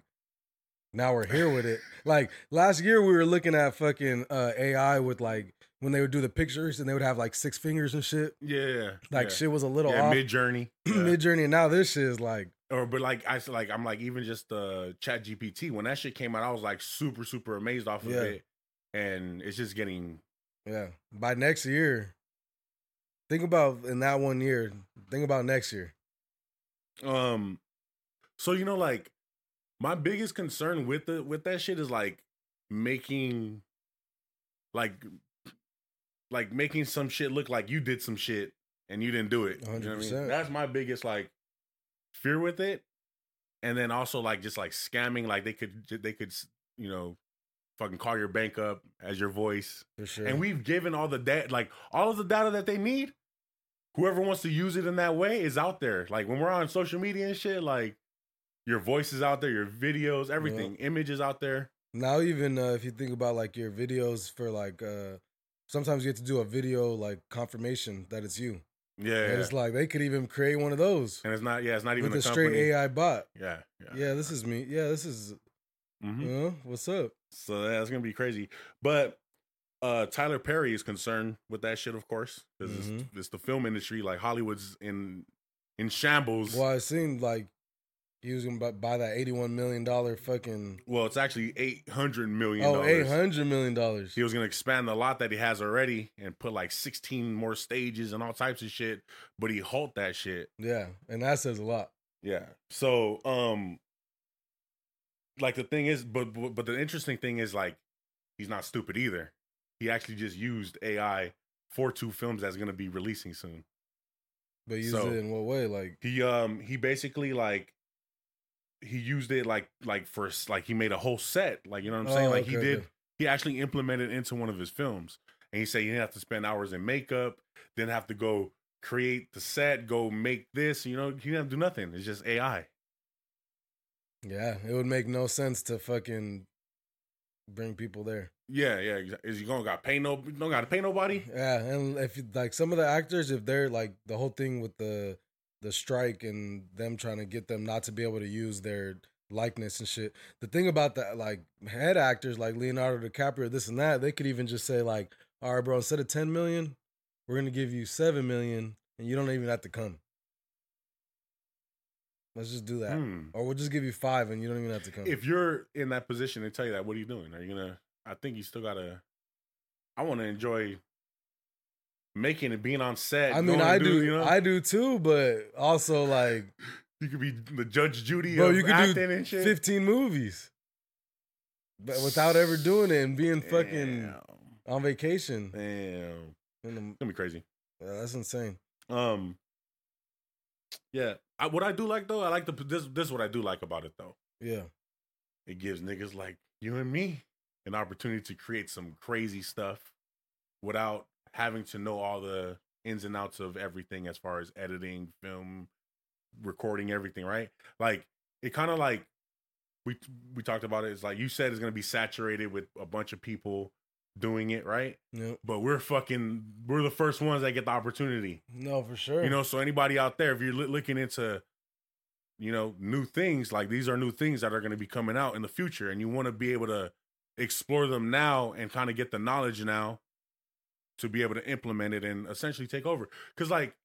now we're here with
*laughs*
it. Like last year we were looking at fucking uh AI with like when they would do the pictures and they would have like six fingers and shit.
yeah, yeah,
Like
yeah.
shit was a little
yeah,
off *clears throat*
mid journey.
mid journey and now this shit is like
or but like I s- like I'm like even just the Chat GPT when that shit came out, I was like super super amazed off of
Yeah.
it, and it's just getting
yeah, by next year. Think about in that one year, think about next year.
um. So you know, like my biggest concern with the with that shit is like making, like, like making some shit look like you did some shit and you didn't do it. You know what I mean?
100%.
That's my biggest like fear with it, and then also like just like scamming. Like they could they could you know fucking call your bank up as your voice.
For sure.
and we've given all the data like all of the data that they need whoever wants to use it in that way is out there like when we're on social media and shit like your voice is out there your videos everything images out there
now even uh, if you think about like your videos for like uh sometimes you have to do a video like confirmation that it's you
yeah
And it's like they could even create one of those
and it's not yeah it's not even
with
the
a straight
company
ai bot
yeah
yeah this is me yeah this is
Mhm.
uh, what's up
so that's gonna be crazy but uh tyler perry is concerned with that shit of course because it's,
Mhm.
it's the film industry like hollywood's in in shambles
well it seemed like he was gonna bu- buy that 81 million dollar fucking
well it's actually 800 million
oh 800 million dollars
He was gonna expand the lot that he has already and put like 16 more stages and all types of shit, but he halt that shit.
yeah and that says a lot
Yeah. So, um, like the thing is, but but, but the interesting thing is like he's not stupid either. He actually just used AI for two films that's gonna be releasing soon.
but used
So-
it in what way like
He um he basically like he used it like like for s- like he made a whole set like you know what I'm saying
Oh,
like he
okay,
did
okay.
he actually implemented into one of his films. And he said you didn't have to spend hours in makeup, then have to go create the set, go make this. You know, he didn't have to do nothing. It's just AI.
yeah it would make no sense to fucking bring people there
Yeah, yeah. exa- Is you gonna got pay no? Don't got to pay nobody.
Yeah, and if you- like some of the actors, if they're like the whole thing with the the strike and them trying to get them not to be able to use their likeness and shit. The thing about the like head actors like Leonardo DiCaprio, this and that, they could even just say like, "All right, bro, instead of ten million, we're gonna give you seven million, and you don't even have to come. Let's just do *laughs* that,
Hmm.
or we'll just give you five, and you don't even have to come."
If you're in that position, they tell you that. What are you doing? Are you gonna? I think you still gotta. I want to enjoy making it, being on set.
I mean,
going and
I do,
You know,
I do too, but also like
you could be the Judge Judy
Bro,
of
you could do
acting and shit.
15 movies but without ever doing it and being fucking
Damn.
on vacation.
Damn,
In the,
it's gonna be crazy.
uh, that's insane.
Um, yeah. I, what I do like though, I like the this. This is what I do like about it though.
Yeah.
It gives niggas like you and me an opportunity to create some crazy stuff without having to know all the ins and outs of everything as far as editing, film, recording, everything. Right? Like it kind of like we we talked about it. It's like you said, it's gonna be saturated with a bunch of people doing it, right?
Yep.
But we're fucking we're the first ones that get the opportunity.
No, for sure.
You know, so anybody out there, if you're loo- looking into, you know, new things, like these are new things that are going to be coming out in the future, and you want to be able to explore them now and kind of get the knowledge now to be able to implement it and essentially take over. Because, like,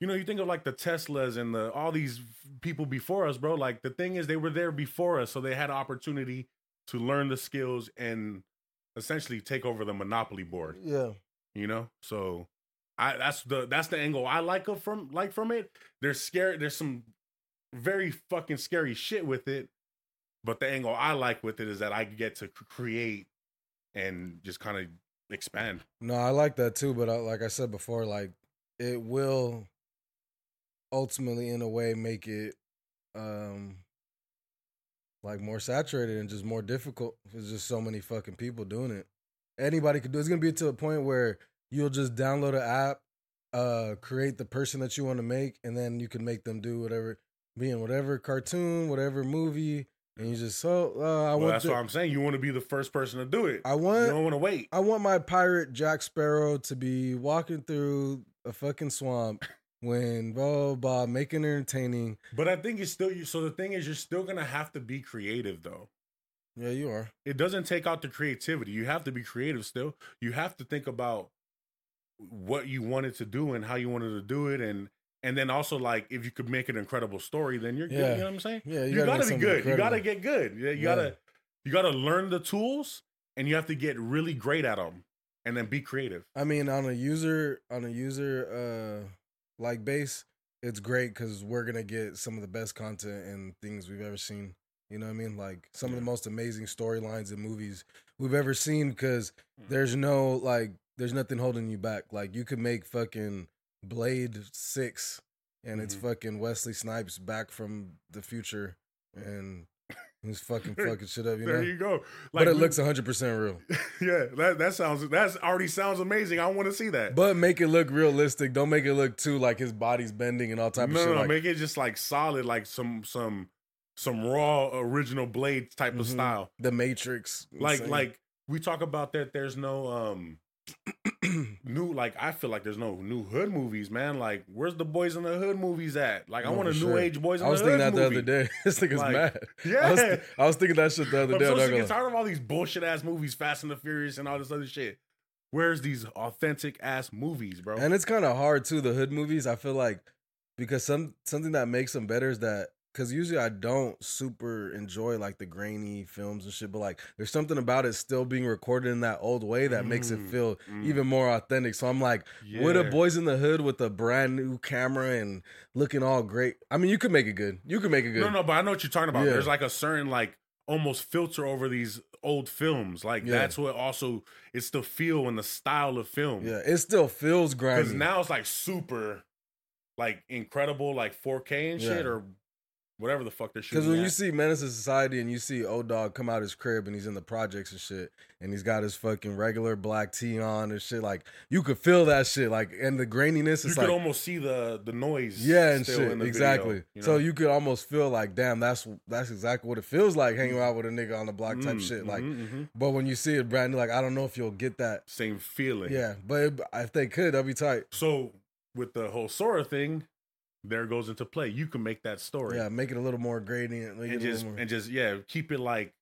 you know, you think of like the Teslas and the all these people before us, bro. Like, the thing is, they were there before us, so they had an opportunity to learn the skills and essentially take over the monopoly board
Yeah.
you know so i that's the that's the angle i like of from like from it there's scary there's some very fucking scary shit with it but the angle i like with it is that i get to c- create and just kind of expand
No, I like that too, but I, like I said before, like it will ultimately, in a way, make it um like more saturated and just more difficult. There's just so many fucking people doing it. Anybody could do. It's gonna be to a point where you'll just download an app, uh, create the person that you want to make, and then you can make them do whatever, be in whatever cartoon, whatever movie, and you just so uh, I
well,
want
that's
thi-
what i'm saying you want to be the first person to do it
I want
you don't want to wait
I want my pirate Jack Sparrow to be walking through a fucking swamp when blah blah, blah making it entertaining.
but i think it's still you so the thing is you're still gonna have to be creative though
Yeah, you are.
it doesn't take out the creativity. You have to be creative still. You have to think about what you wanted to do and how you wanted to do it and and then also like if you could make an incredible story, then you're good.
Yeah.
You know what I'm saying?
Yeah,
You,
you,
gotta,
gotta, make
be
something
good. You
incredible.
gotta get good. You, you
Yeah.
gotta you gotta learn the tools and you have to get really great at them and then be creative.
I mean, on a user on a user uh like base, it's great because we're gonna get some of the best content and things we've ever seen. You know what I mean? Like some of the
Yeah.
most amazing storylines and movies we've ever seen because
Mm-hmm.
there's no like there's nothing holding you back. Like you could make fucking Blade Six and it's
Mhm.
fucking Wesley Snipes back from the future and
*laughs*
he's fucking fucking shit up, you know.
there you go.
but it
we-
looks 100% real.
*laughs* yeah. That that sounds that already sounds amazing. I want to see that.
But make it look realistic. Don't make it look too like his body's bending and all type of
no,
shit.
no,
like,
make it just like solid, like some some some raw original blade type of
Mhm.
style.
the Matrix. you know
Like
what I'm
like we talk about that. There's no um *clears throat*
saying?
new like I feel like there's no new hood movies, man. Like where's the boys in the hood movies at? Like I
No,
want a
for
new
sure.
age boys in
I was
the hood
thinking that the
movie.
other day. *laughs* this nigga's
Like,
mad.
*laughs* Yeah.
I, was thi- I was thinking that shit the other
I'm
day. I'm
so
not
sick
gonna
and
lie.
tired of all these bullshit ass movies, Fast and the Furious and all this other shit. Where's these authentic ass movies, bro?
And it's kind of hard too. The hood movies, I feel like, because some something that makes them better is that because usually I don't super enjoy like the grainy films and shit, but like there's something about it still being recorded in that old way that makes it
Mm,
feel
mm.
even more authentic. So I'm like,
yeah.
with a boys in the hood with a brand new camera and looking all great. I mean, you could make it good. You could make it good.
No, no, but I know what you're talking about.
Yeah.
There's like a certain like almost filter over these old films. Like
Yeah.
that's what also it's the feel and the style of film.
Yeah, it still feels
Because
grimy.
now it's like super, like incredible, like 4K and shit
Yeah.
or whatever the fuck they're shooting.
Because when you
at.
see Menace to Society and you see Old Dog come out his crib and he's in the projects and shit, and he's got his fucking regular black tee on and shit, like you could feel that shit, like and the graininess
you
is
could
like,
almost see the the noise.
yeah, and
still
shit,
in the video,
exactly.
you
So
know?
you could almost feel like, damn, that's that's exactly what it feels like hanging out with a nigga on the block type
Mm,
shit. Like,
mhm, mhm.
but when you see it brand new, like I don't know if you'll get that.
same feeling.
Yeah, but it, if they could, that'd be tight.
So with the whole Sora thing, there goes into play. You can make that story.
Yeah, make it a little more gradient. Make
and
it a
just
little more,
and just yeah, keep it like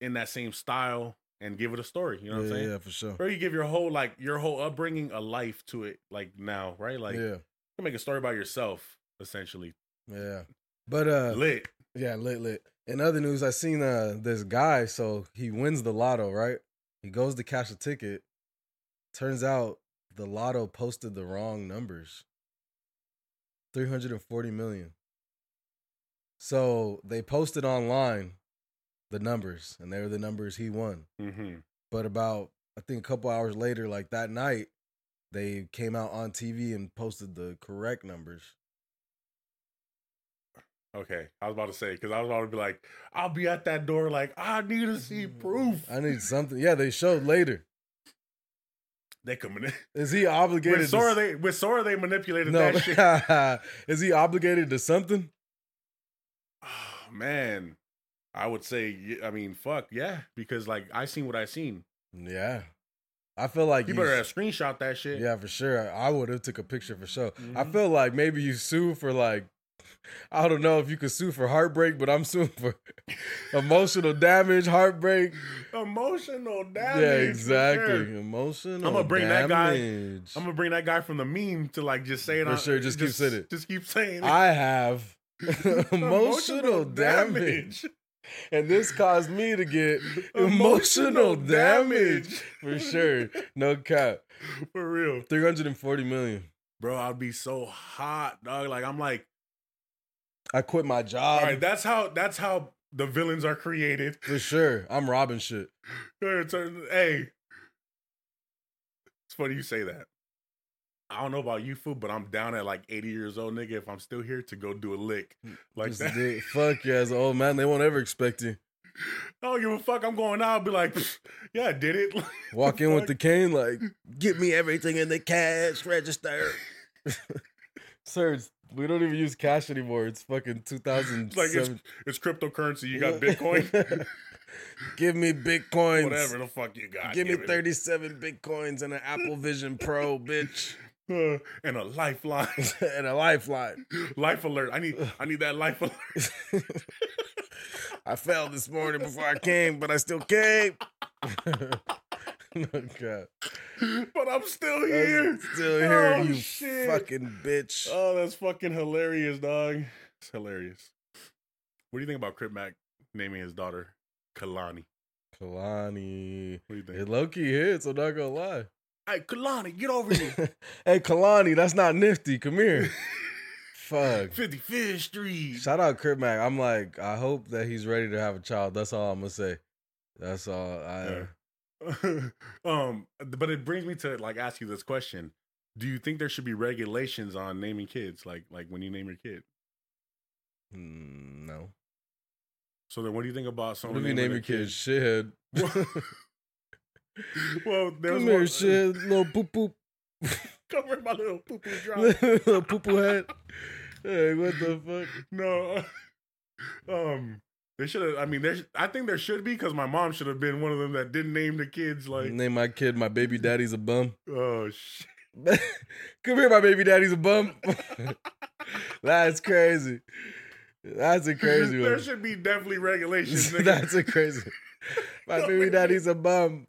in that same style and give it a story. You know what
yeah,
I'm saying?
yeah, for sure.
Or you give your whole like your whole upbringing a life to it, like now, right? Like you
yeah,
can make a story about yourself, essentially.
yeah. But uh,
Lit.
Yeah, lit lit. In other news, I seen uh this guy. So he wins the lotto, right? He goes to cash a ticket. Turns out the lotto posted the wrong numbers. Three hundred and forty million. So they posted online the numbers, and they were the numbers he won.
Mm-hmm.
But about I think a couple hours later, like that night, they came out on TV and posted the correct numbers.
Okay, I was about to say because I was about to be like, I'll be at that door. Like I need to see proof.
Mm, I need something. Yeah, they showed later.
They coming *laughs* in
Is he obligated?
with Sora. They with Sora they manipulated that
*laughs*
shit.
to, no, is he obligated to something?
Oh, man, I would say. y- I mean, fuck yeah, because like I seen what I seen.
Yeah, I feel like
You
you-
better have screenshot that shit.
Yeah, for sure. I would have took a picture for sure. I
Mhm.
feel like maybe you sue for like I don't know if you could sue for heartbreak, but I'm suing for *laughs* emotional damage, heartbreak.
Emotional damage.
yeah,
for sure.
exactly. Emotional.
I'ma bring that guy-
damage.
I'm gonna bring that guy from the meme to like just say it
For
on-
sure, just keep saying it.
Just keep saying it. *laughs*
I have *laughs* emotional, damage. and this caused me to get *laughs* emotional damage for sure. No cap.
*laughs* For real.
Three hundred and forty million.
Bro, I'd be so hot, dog. Like I'm like,
I quit my job
all right, that's how that's how the villains are created. *laughs*
for sure. I'm robbing shit.
It's, uh, hey. It's funny you say that. I don't know about you, food, but I'm down at like 80 years old, nigga. If I'm still here to go do a lick like
Mm, Just
that,
do- fuck you as an old man. They won't ever expect you.
I don't give a fuck. I'm going out. I'll be like, "Pfft, yeah, I did it. *laughs*
Walk in with
Fuck.
the
*laughs*
cane, like, give me everything in the cash register. *laughs* Sir, it's- we don't even use cash anymore. It's fucking 2000.
like it's it's cryptocurrency. You got Bitcoin, *laughs*
*laughs* give me bitcoins.
whatever the fuck you got.
Give me
it.
37 bitcoins and an Apple Vision Pro, bitch, *laughs*
Uh, *laughs* and a lifeline, *laughs*
and a lifeline. *laughs*
life alert. I need I need that life alert.
I fell this morning before I came, but I still came. *laughs* no, God.
*laughs* but I'm still here.
I'm still here,
Oh,
you
shit.
fucking bitch.
*laughs* Oh, that's fucking hilarious, dog. It's hilarious. What do you think about Crip Mac naming his daughter Kalani?
Kalani.
What do you think?
It low key hits, I'm not gonna lie. *laughs*
hey, Kalani, get over *laughs* here.
hey, Kalani, that's not nifty.
*laughs*
Come here. Fuck.
55th Street.
Shout out Crip Mac. I'm like, I hope that he's ready to have a child. That's all I'm gonna say. That's all I
Yeah. *laughs* um, but it brings me to like ask you this question: Do you think there should be regulations on naming kids, like like when you name your kid?
Mm, no.
So then, what do you think about
What
someone
if you name
naming
your
their
kid shithead?
kid? *laughs* Well, there was
Come
one, *laughs*
here, shit, little poop poop,
Come here, my little poo poo drop.
*laughs* little poo poo head. Hey, what the fuck?
no, *laughs* um, they should have. I mean, there. I think there should be because my mom should have been one of them that didn't name the kids. Like,
Name my kid, my baby daddy's a bum. *laughs*
oh shit.
Come here, my baby daddy's a bum. *laughs* That's crazy. That's
*laughs*
a crazy
there
one.
should be definitely
*laughs*
regulations. *laughs*
That's a crazy. My
Come
baby
here.
daddy's a bum.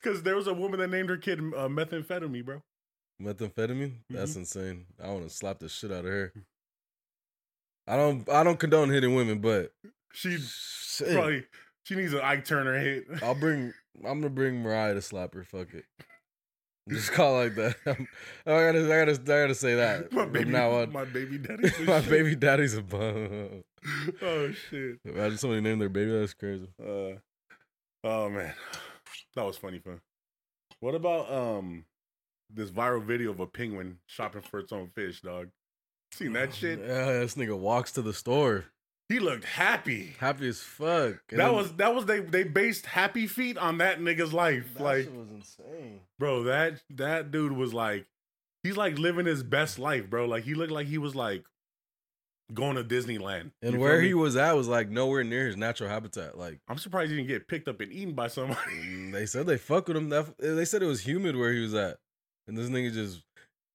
Because there was a woman that named her kid uh, methamphetamine, bro.
Methamphetamine? That's
Mm-hmm.
insane. I want to slap the shit out of her. I don't. I don't condone hitting women, but
She
shit.
probably she needs an Ike Turner hit.
I'll bring. I'm gonna bring Mariah to slap her. Fuck it. Just call it like that. *laughs* I'm, I gotta. I gotta. I gotta say
*laughs*
that
my
from
baby,
now on.
my
*laughs*
baby daddy.
My, baby daddy's a bum.
*laughs* Oh shit.
*laughs* Imagine somebody named their baby. That's crazy.
Uh, oh man, that was funny fun. What about um this viral video of a penguin shopping for its own fish, dog? Seen
Oh,
that shit?
Yeah, this nigga walks to the store,
He looked happy.
happy as fuck. And
That
then-
was that was they they based happy feet on that nigga's life.
That
like,
shit was insane.
bro, that that dude was like, he's like living his best life, bro. Like he looked like he was like going to Disneyland.
And
You
where
feel me?
he was at was like nowhere near his natural habitat. Like
I'm surprised he didn't get picked up and eaten by somebody. *laughs*
Mm, they said, they fuck with him. That they said it was humid where he was at, and this nigga just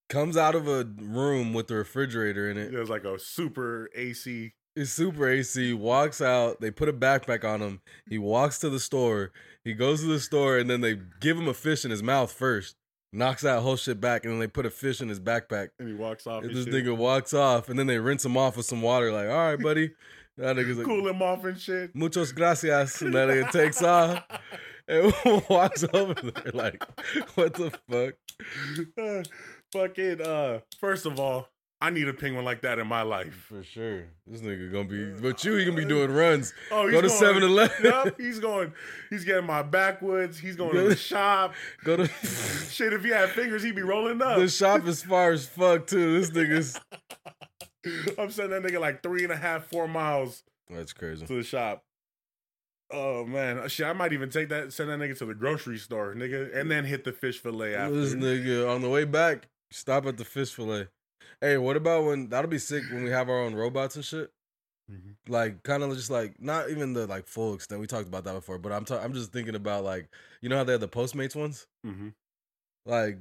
comes out of a room with the refrigerator in it.
There's like a super AC.
It's super AC. Walks out. They put a backpack on him. He walks to the store. He goes to the store, and then they give him a fish in his mouth first. Knocks that whole shit back, and then they put a fish in his backpack.
And he walks off.
And
and
this
shit.
nigga walks off, and then they rinse him off with some water. Like, all right, buddy. That nigga's like,
cool him off and
*laughs*
shit.
muchos gracias. And that nigga takes off and *laughs* walks over there. Like, what the fuck?
Fucking uh first of all, I need a penguin like that in my life.
For sure. This nigga gonna be but you he gonna be doing runs.
Oh,
Go to
*laughs*
7 Eleven.
Nope, he's going. He's getting my backwoods. He's going to the
*laughs*
shop.
*laughs* Go to
Shit, if he had fingers, he'd be rolling up.
the shop is far as fuck too. This nigga's
*laughs* I'm sending that nigga like three and a half, four miles
That's crazy.
to the shop. Oh man, shit! I might even take that, send that nigga to the grocery store, nigga, and then hit the fish fillet after.
This nigga on the way back, stop at the fish fillet. Hey, what about when that'll be sick when we have our own robots and shit?
Mhm.
Like, kind of just like not even the like full extent. We talked about that before, but I'm ta- I'm just thinking about like you know how they had the Postmates ones.
Mhm.
Like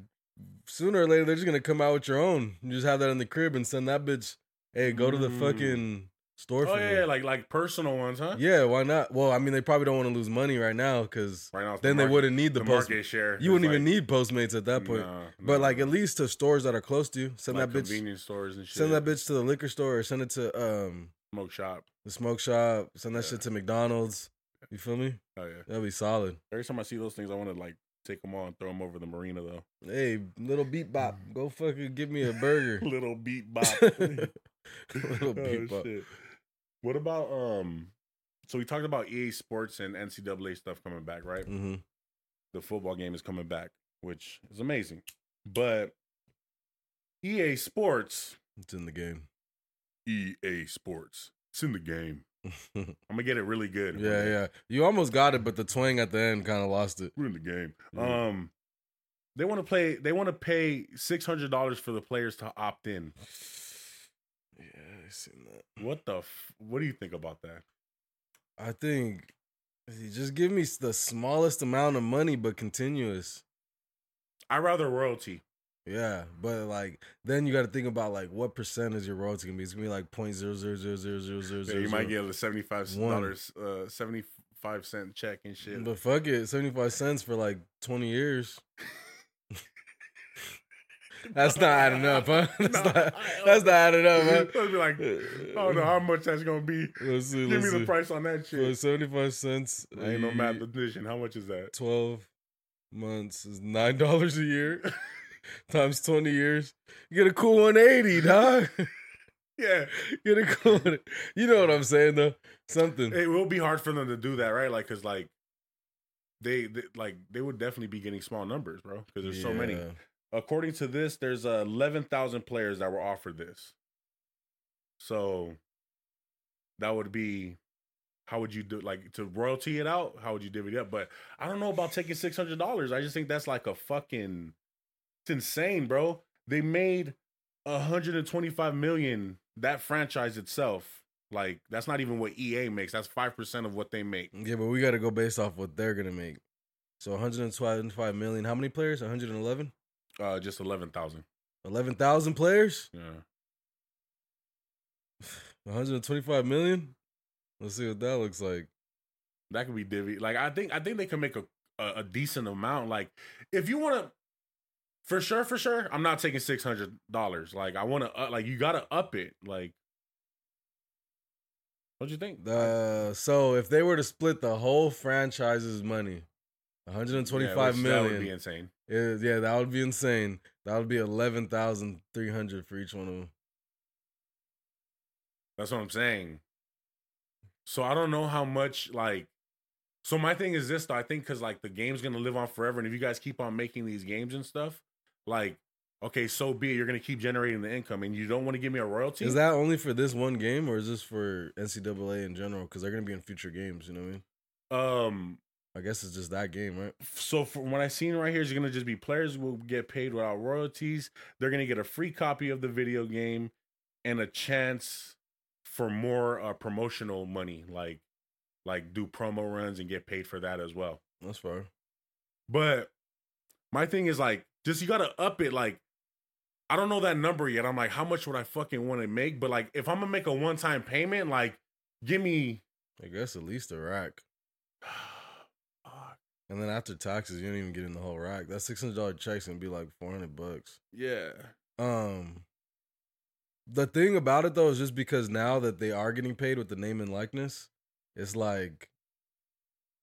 sooner or later they're just gonna come out with your own. You just have that in the crib and send that bitch. Hey, go to the
Mm.
fucking store
Oh
for
yeah, yeah,
me.
like like personal ones, huh?
yeah, why not? Well, I mean they probably don't want to lose money right now because
Right now, it's the
then they
market-
wouldn't need the,
the
post.
market share.
You
is,
wouldn't even
like,
need Postmates at that point.
nah,
But
nah.
like at least to stores that are close to you. Send
Like
that bitch
convenience stores and shit.
send that bitch to the liquor store or send it to um
smoke shop.
the smoke shop. Send that
Yeah.
shit to McDonald's. You feel me?
Oh yeah.
That'd be solid.
Every time I see those things, I want to like take them all and throw them over the marina
*laughs*
though.
Hey, little beat bop,
Mm.
go fucking give me a burger.
Little beat bop. *laughs*
*laughs* Little beat bop.
Oh, shit. What about um? So we talked about EA Sports and NCAA stuff coming back, right?
hmm
the football game is coming back, which is amazing. But EA Sports,
It's in the game.
EA Sports, it's in the
*laughs*
game. I'm gonna get it really good.
yeah, yeah. You almost got it, but the twang at the end kind of lost it.
We're in the game.
Yeah.
Um, they want to play. They want to pay six hundred dollars for the players to opt in.
Yeah, I seen that.
What the? F- what do you think about that?
I think you just give me the smallest amount of money, but continuous.
I rather royalty.
Yeah, but like then you got to think about like what percent is your royalty gonna be? It's gonna be like point zero zero zero zero zero zero
Yeah,
zero.
you might get a seventy five
One.
dollars, uh, seventy five cent check and shit.
But fuck it, seventy five cents for like
*laughs*
twenty years. that's not adding up, huh? *laughs* That's,
No,
not,
I-
that's not adding up, huh?
*laughs* They'll be like,
*laughs*
I don't know how much that's gonna be.
Let's see.
Give
Let's
me
see.
the price on that shit.
For seventy five cents,
I ain't no
eh,
mathematician. How much is that?
Twelve months is nine *laughs* dollars
*laughs*
a year. Times twenty years, you get a cool one eighty, *laughs* dog.
Yeah,
Get
*laughs*
a cool. One, you know what I'm saying though? Something.
it will be hard for them to do that, right? Like, cause like they, they like they would definitely be getting small numbers, bro. Because there's so many.
Yeah.
According to this, there's uh, eleven thousand players that were offered this. So that would be how would you do like to royalty it out? How would you divvy it up? But I don't know about taking six hundred dollars. I just think that's like a fucking it's insane, bro. They made hundred and twenty five million that franchise itself. Like that's not even what EA makes. That's five percent of what they make.
Yeah, but we got to go based off what they're gonna make. So 125 million. How many players? 111.
Uh, just eleven thousand.
11,000 players. *sighs*
Yeah.
125 million. Let's see what that looks like.
That could be divvy. Like I think I think they can make a a, a decent amount. Like if you want to, for sure, for sure, I'm not taking six hundred dollars. Like I want to, uh, like you got to up it. Like what you think?
The so if they were to split the whole franchise's money,
Yeah,
125
which
million.
that would be insane.
Yeah, yeah, that would be insane. That would be 11,300 for each one of them.
That's what I'm saying. So I don't know how much like. So my thing is this though. I think because like the game's gonna live on forever, and if you guys keep on making these games and stuff, like okay, so be it. You're gonna keep generating the income, and you don't want to give me a royalty.
Is that only for this one game, or is this for NCAA in general? Because they're gonna be in future games. You know what I mean?
um?
I guess it's just that game, right?
so from what I seen right here is gonna just be players will get paid without royalties. They're gonna get a free copy of the video game and a chance for more uh, promotional money, like like do promo runs and get paid for that as well.
That's far.
But my thing is like, just you gotta up it. Like, I don't know that number yet. I'm like, how much would I fucking want to make? But like, if I'm gonna make a one time payment, like, give me. *sighs*
I guess at least a rack. And then after taxes, you don't even get in the whole rack. That six hundred dollar check's gonna be like four hundred bucks.
Yeah.
Um the thing about it though is just because now that they are getting paid with the name and likeness, it's like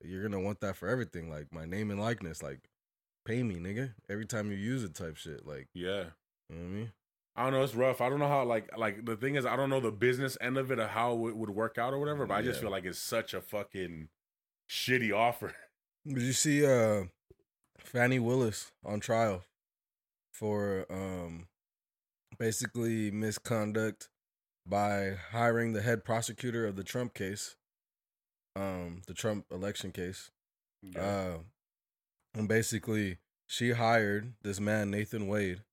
you're gonna want that for everything. Like my name and likeness, like pay me, nigga. Every time you use it type shit. Like,
Yeah.
you know what I mean?
I don't know. It's rough. I don't know how. Like, like the thing is, I don't know the business end of it or how it would work out or whatever. But I just
Yeah.
feel like it's such a fucking shitty offer.
Did you see uh Fannie Willis on trial for um basically misconduct by hiring the head prosecutor of the Trump case, um the Trump election case. Uh, and basically, she hired this man, Nathan Wade,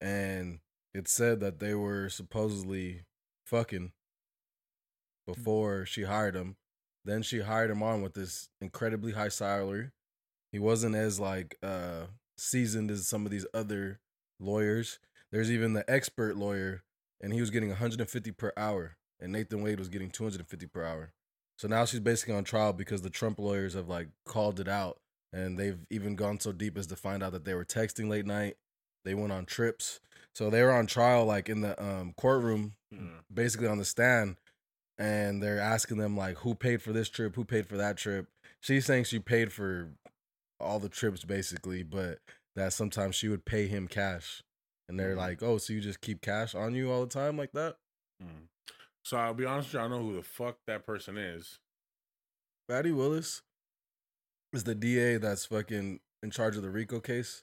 and it said that they were supposedly fucking before she hired him. Then she hired him on with this incredibly high salary. He wasn't as like uh seasoned as some of these other lawyers. There's even the expert lawyer, and he was getting 150 per hour, and Nathan Wade was getting 250 per hour. So now she's basically on trial because the Trump lawyers have like called it out and they've even gone so deep as to find out that they were texting late night. They went on trips. So they were on trial like in the um, courtroom, basically on the stand, and they're asking them like who paid for this trip, who paid for that trip. She's saying she paid for all the trips basically, but that sometimes she would pay him cash. And they're
Mhm.
like, "Oh, so you just keep cash on you all the time like that?"
Mm. So I'll be honest with you. I know who the fuck that person is.
Patty Willis is the DA that's fucking in charge of the RICO case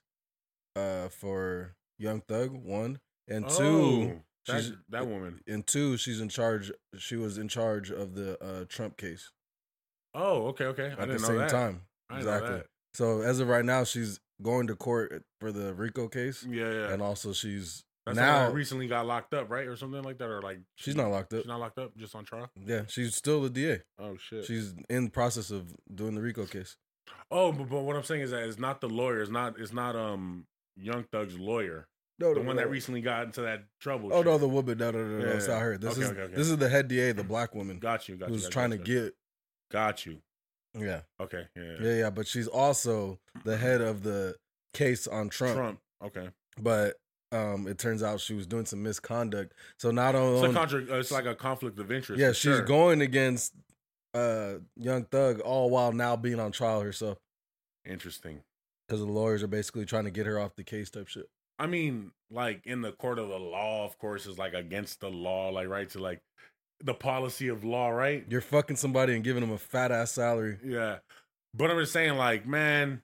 uh, for Young Thug one and two.
Oh, that,
she's-
that woman.
And two, she's in charge. She was in charge of the uh, Trump case
Oh, okay, okay. I
at the
didn't know
same
that.
time.
I didn't know
exactly. So as of right now, she's going to court for the RICO case,
that. Yeah, yeah.
and also she's
That's now
now
recently got locked up, right, or something like that, or like
she's not locked up.
she's not locked up, just on trial.
yeah, she's still the DA.
Oh shit.
She's in the process of doing the RICO case.
oh, but, but what I'm saying is that it's not the lawyer. It's not. It's not um Young Thug's lawyer,
No,
the one that recently got into that trouble.
Oh
shit.
no, the woman. No, no, no, no.
Yeah,
It's
yeah.
not her. This
Okay,
is
okay, Mm. okay.
this is the head DA, the black woman
got you. Got you.
who's
got you,
trying
got
to
you.
get.
Got you.
Yeah,
Okay. Yeah. yeah.
yeah, yeah. But she's also the head of the case on Trump.
Trump. Okay.
But um, it turns out she was doing some misconduct. So not
It's, a
only,
contra- uh, it's like a conflict of interest.
Um, yeah,
for
she's
sure.
going against uh Young Thug, all while now being on trial herself
Interesting.
because the lawyers are basically trying to get her off the case type shit.
I mean, like in the court of the law, of course, is like against the law, like right to like the policy of law, right?
You're fucking somebody and giving them a fat ass salary.
Yeah. But I'm just saying, like, man,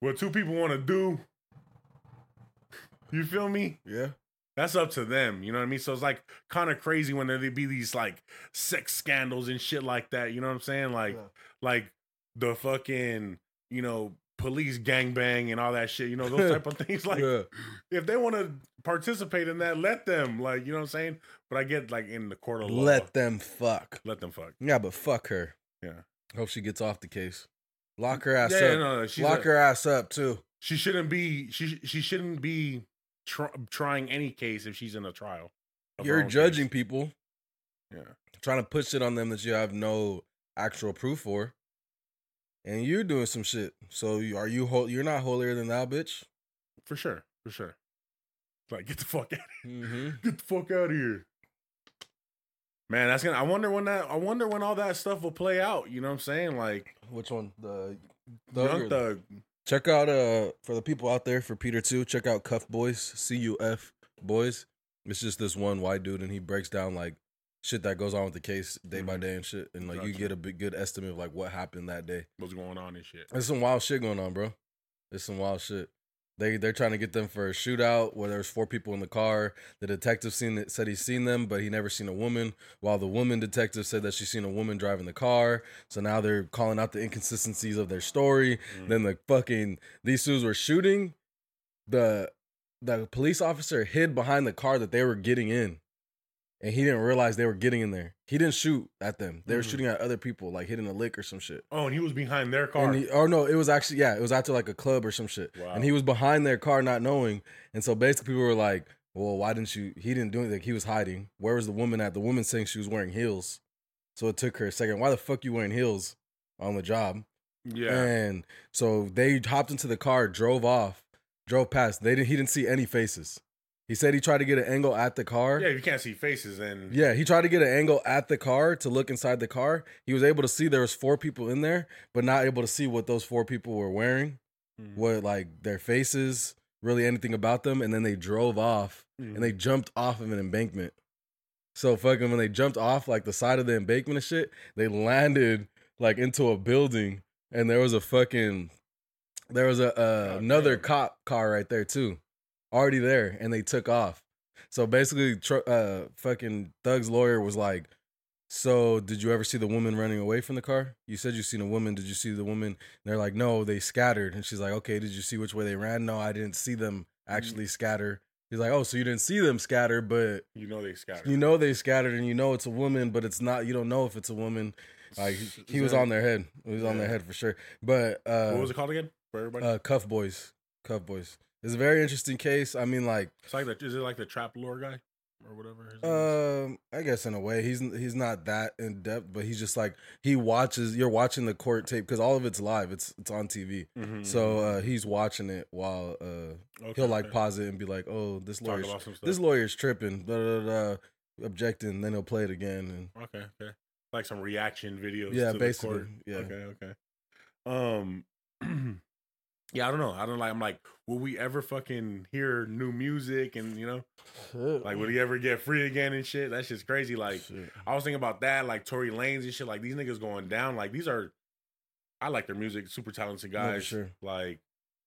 what two people want to do, you feel me?
Yeah,
That's up to them. You know what I mean? So it's like kind of crazy when there be these like sex scandals and shit like that. You know what I'm saying? Like,
Yeah.
like the fucking, you know, police gangbang and all that shit. You know, those
*laughs*
type of things. Like,
yeah.
if they want to participate in that, let them. Like, you know what I'm saying? But I get like in the court of law.
Let them fuck.
let them fuck.
Yeah, but fuck her.
Yeah.
Hope she gets off the case. Lock her ass
Yeah,
up.
yeah, no, no, she's
Lock
a-
her ass up too.
she shouldn't be she sh- she shouldn't be tr- trying any case if she's in a trial. of her
You're
own
judging
case.
people, trying to put shit on them that you have no actual proof for, and you're doing some shit. So you, are you? Hol- you're not holier than thou, bitch.
Yeah, for sure, for sure. Like get the fuck out,
Mm-hmm.
get the fuck out of here, man. That's gonna. I wonder when that. I wonder when all that stuff will play out. You know what I'm saying? Like
Which one? The
Young
thug. or-
Thug.
Check out uh for the people out there for Peter too. Check out Cuff Boys, C U F Boys. It's just this one white dude, and he breaks down like shit that goes on with the case day by
Mhm.
day and shit, and like you
Gotcha.
get a big, good estimate of like what happened that day.
What's going on and shit?
There's some wild shit going on, bro. There's some wild shit. They they're trying to get them for a shootout where there's four people in the car. The detective seen it, said he's seen them, but he never seen a woman. While the woman detective said that she's seen a woman driving the car. So now they're calling out the inconsistencies of their story.
Mm.
Then the fucking these dudes were shooting. The the police officer hid behind the car that they were getting in. And he didn't realize they were getting in there. He didn't shoot at them. They were
Mhm.
shooting at other people, like hitting a lick or some shit.
Oh, and he was behind their car.
And he, or no, it was actually yeah, it was after like a club or some shit.
Wow.
And he was behind their car, not knowing. And so basically, people were like, "Well, why didn't you?" He didn't do anything. He was hiding. Where was the woman at? The woman saying she was wearing heels. So it took her a second. Why the fuck you wearing heels on the job?
yeah.
And so they hopped into the car, drove off, drove past. They didn't. He didn't see any faces. He said he tried to get an angle at the car.
Yeah, if you can't see faces, and
Yeah, he tried to get an angle at the car to look inside the car. He was able to see there was four people in there, but not able to see what those four people were wearing,
Mm.
what like their faces, really anything about them, and then they drove off and they jumped off of an embankment. So fucking when they jumped off like the side of the embankment and shit, they landed like into a building, and there was a fucking there was a uh,
God
another
damn.
cop car right there too, already there, and they took off. So basically, tr- uh, fucking Thug's lawyer was like, "So did you ever see the woman running away from the car? You said you seen a woman. Did you see the woman?" And they're like, "No, they scattered." And she's like, "Okay, did you see which way they ran?" No, I didn't see them
Mm-hmm.
actually scatter. He's like, "Oh, so you didn't see them scatter, but
you know they scattered.
you know they scattered, and you know it's a woman, but it's not. You don't know if it's a woman." Like he- he was on their head. He was on their
Yeah.
head for sure. But uh,
what was it called again for everybody?
uh, Cuff Boys. Cuff Boys. It's a very interesting case. I mean, like,
it's like the, is it like the trap lore guy or whatever? his name is?
um, I guess in a way, he's he's not that in depth, but he's just like he watches. You're watching the court tape because all of it's live. It's it's on TV,
Mhm.
so uh, he's watching it while uh,
Okay,
he'll like
mm-hmm. okay.
pause it and be like, "Oh, this
talk
lawyer's
about some stuff.
this lawyer's tripping," blah, blah, blah, blah, objecting. Then he'll play it again,
okay, okay, like some reaction videos.
and yeah,
to The
basically,
court.
yeah.
Okay, okay. Um *clears throat* Yeah, I don't know. I don't like I'm like, will we ever fucking hear new music and you know, like will he ever get free again and shit? That's just crazy. Like
Shit.
I was thinking about that, like Tory Lanez and shit, like these niggas going down. Like these are I like their music, super talented
No, for
guys.
sure.
Like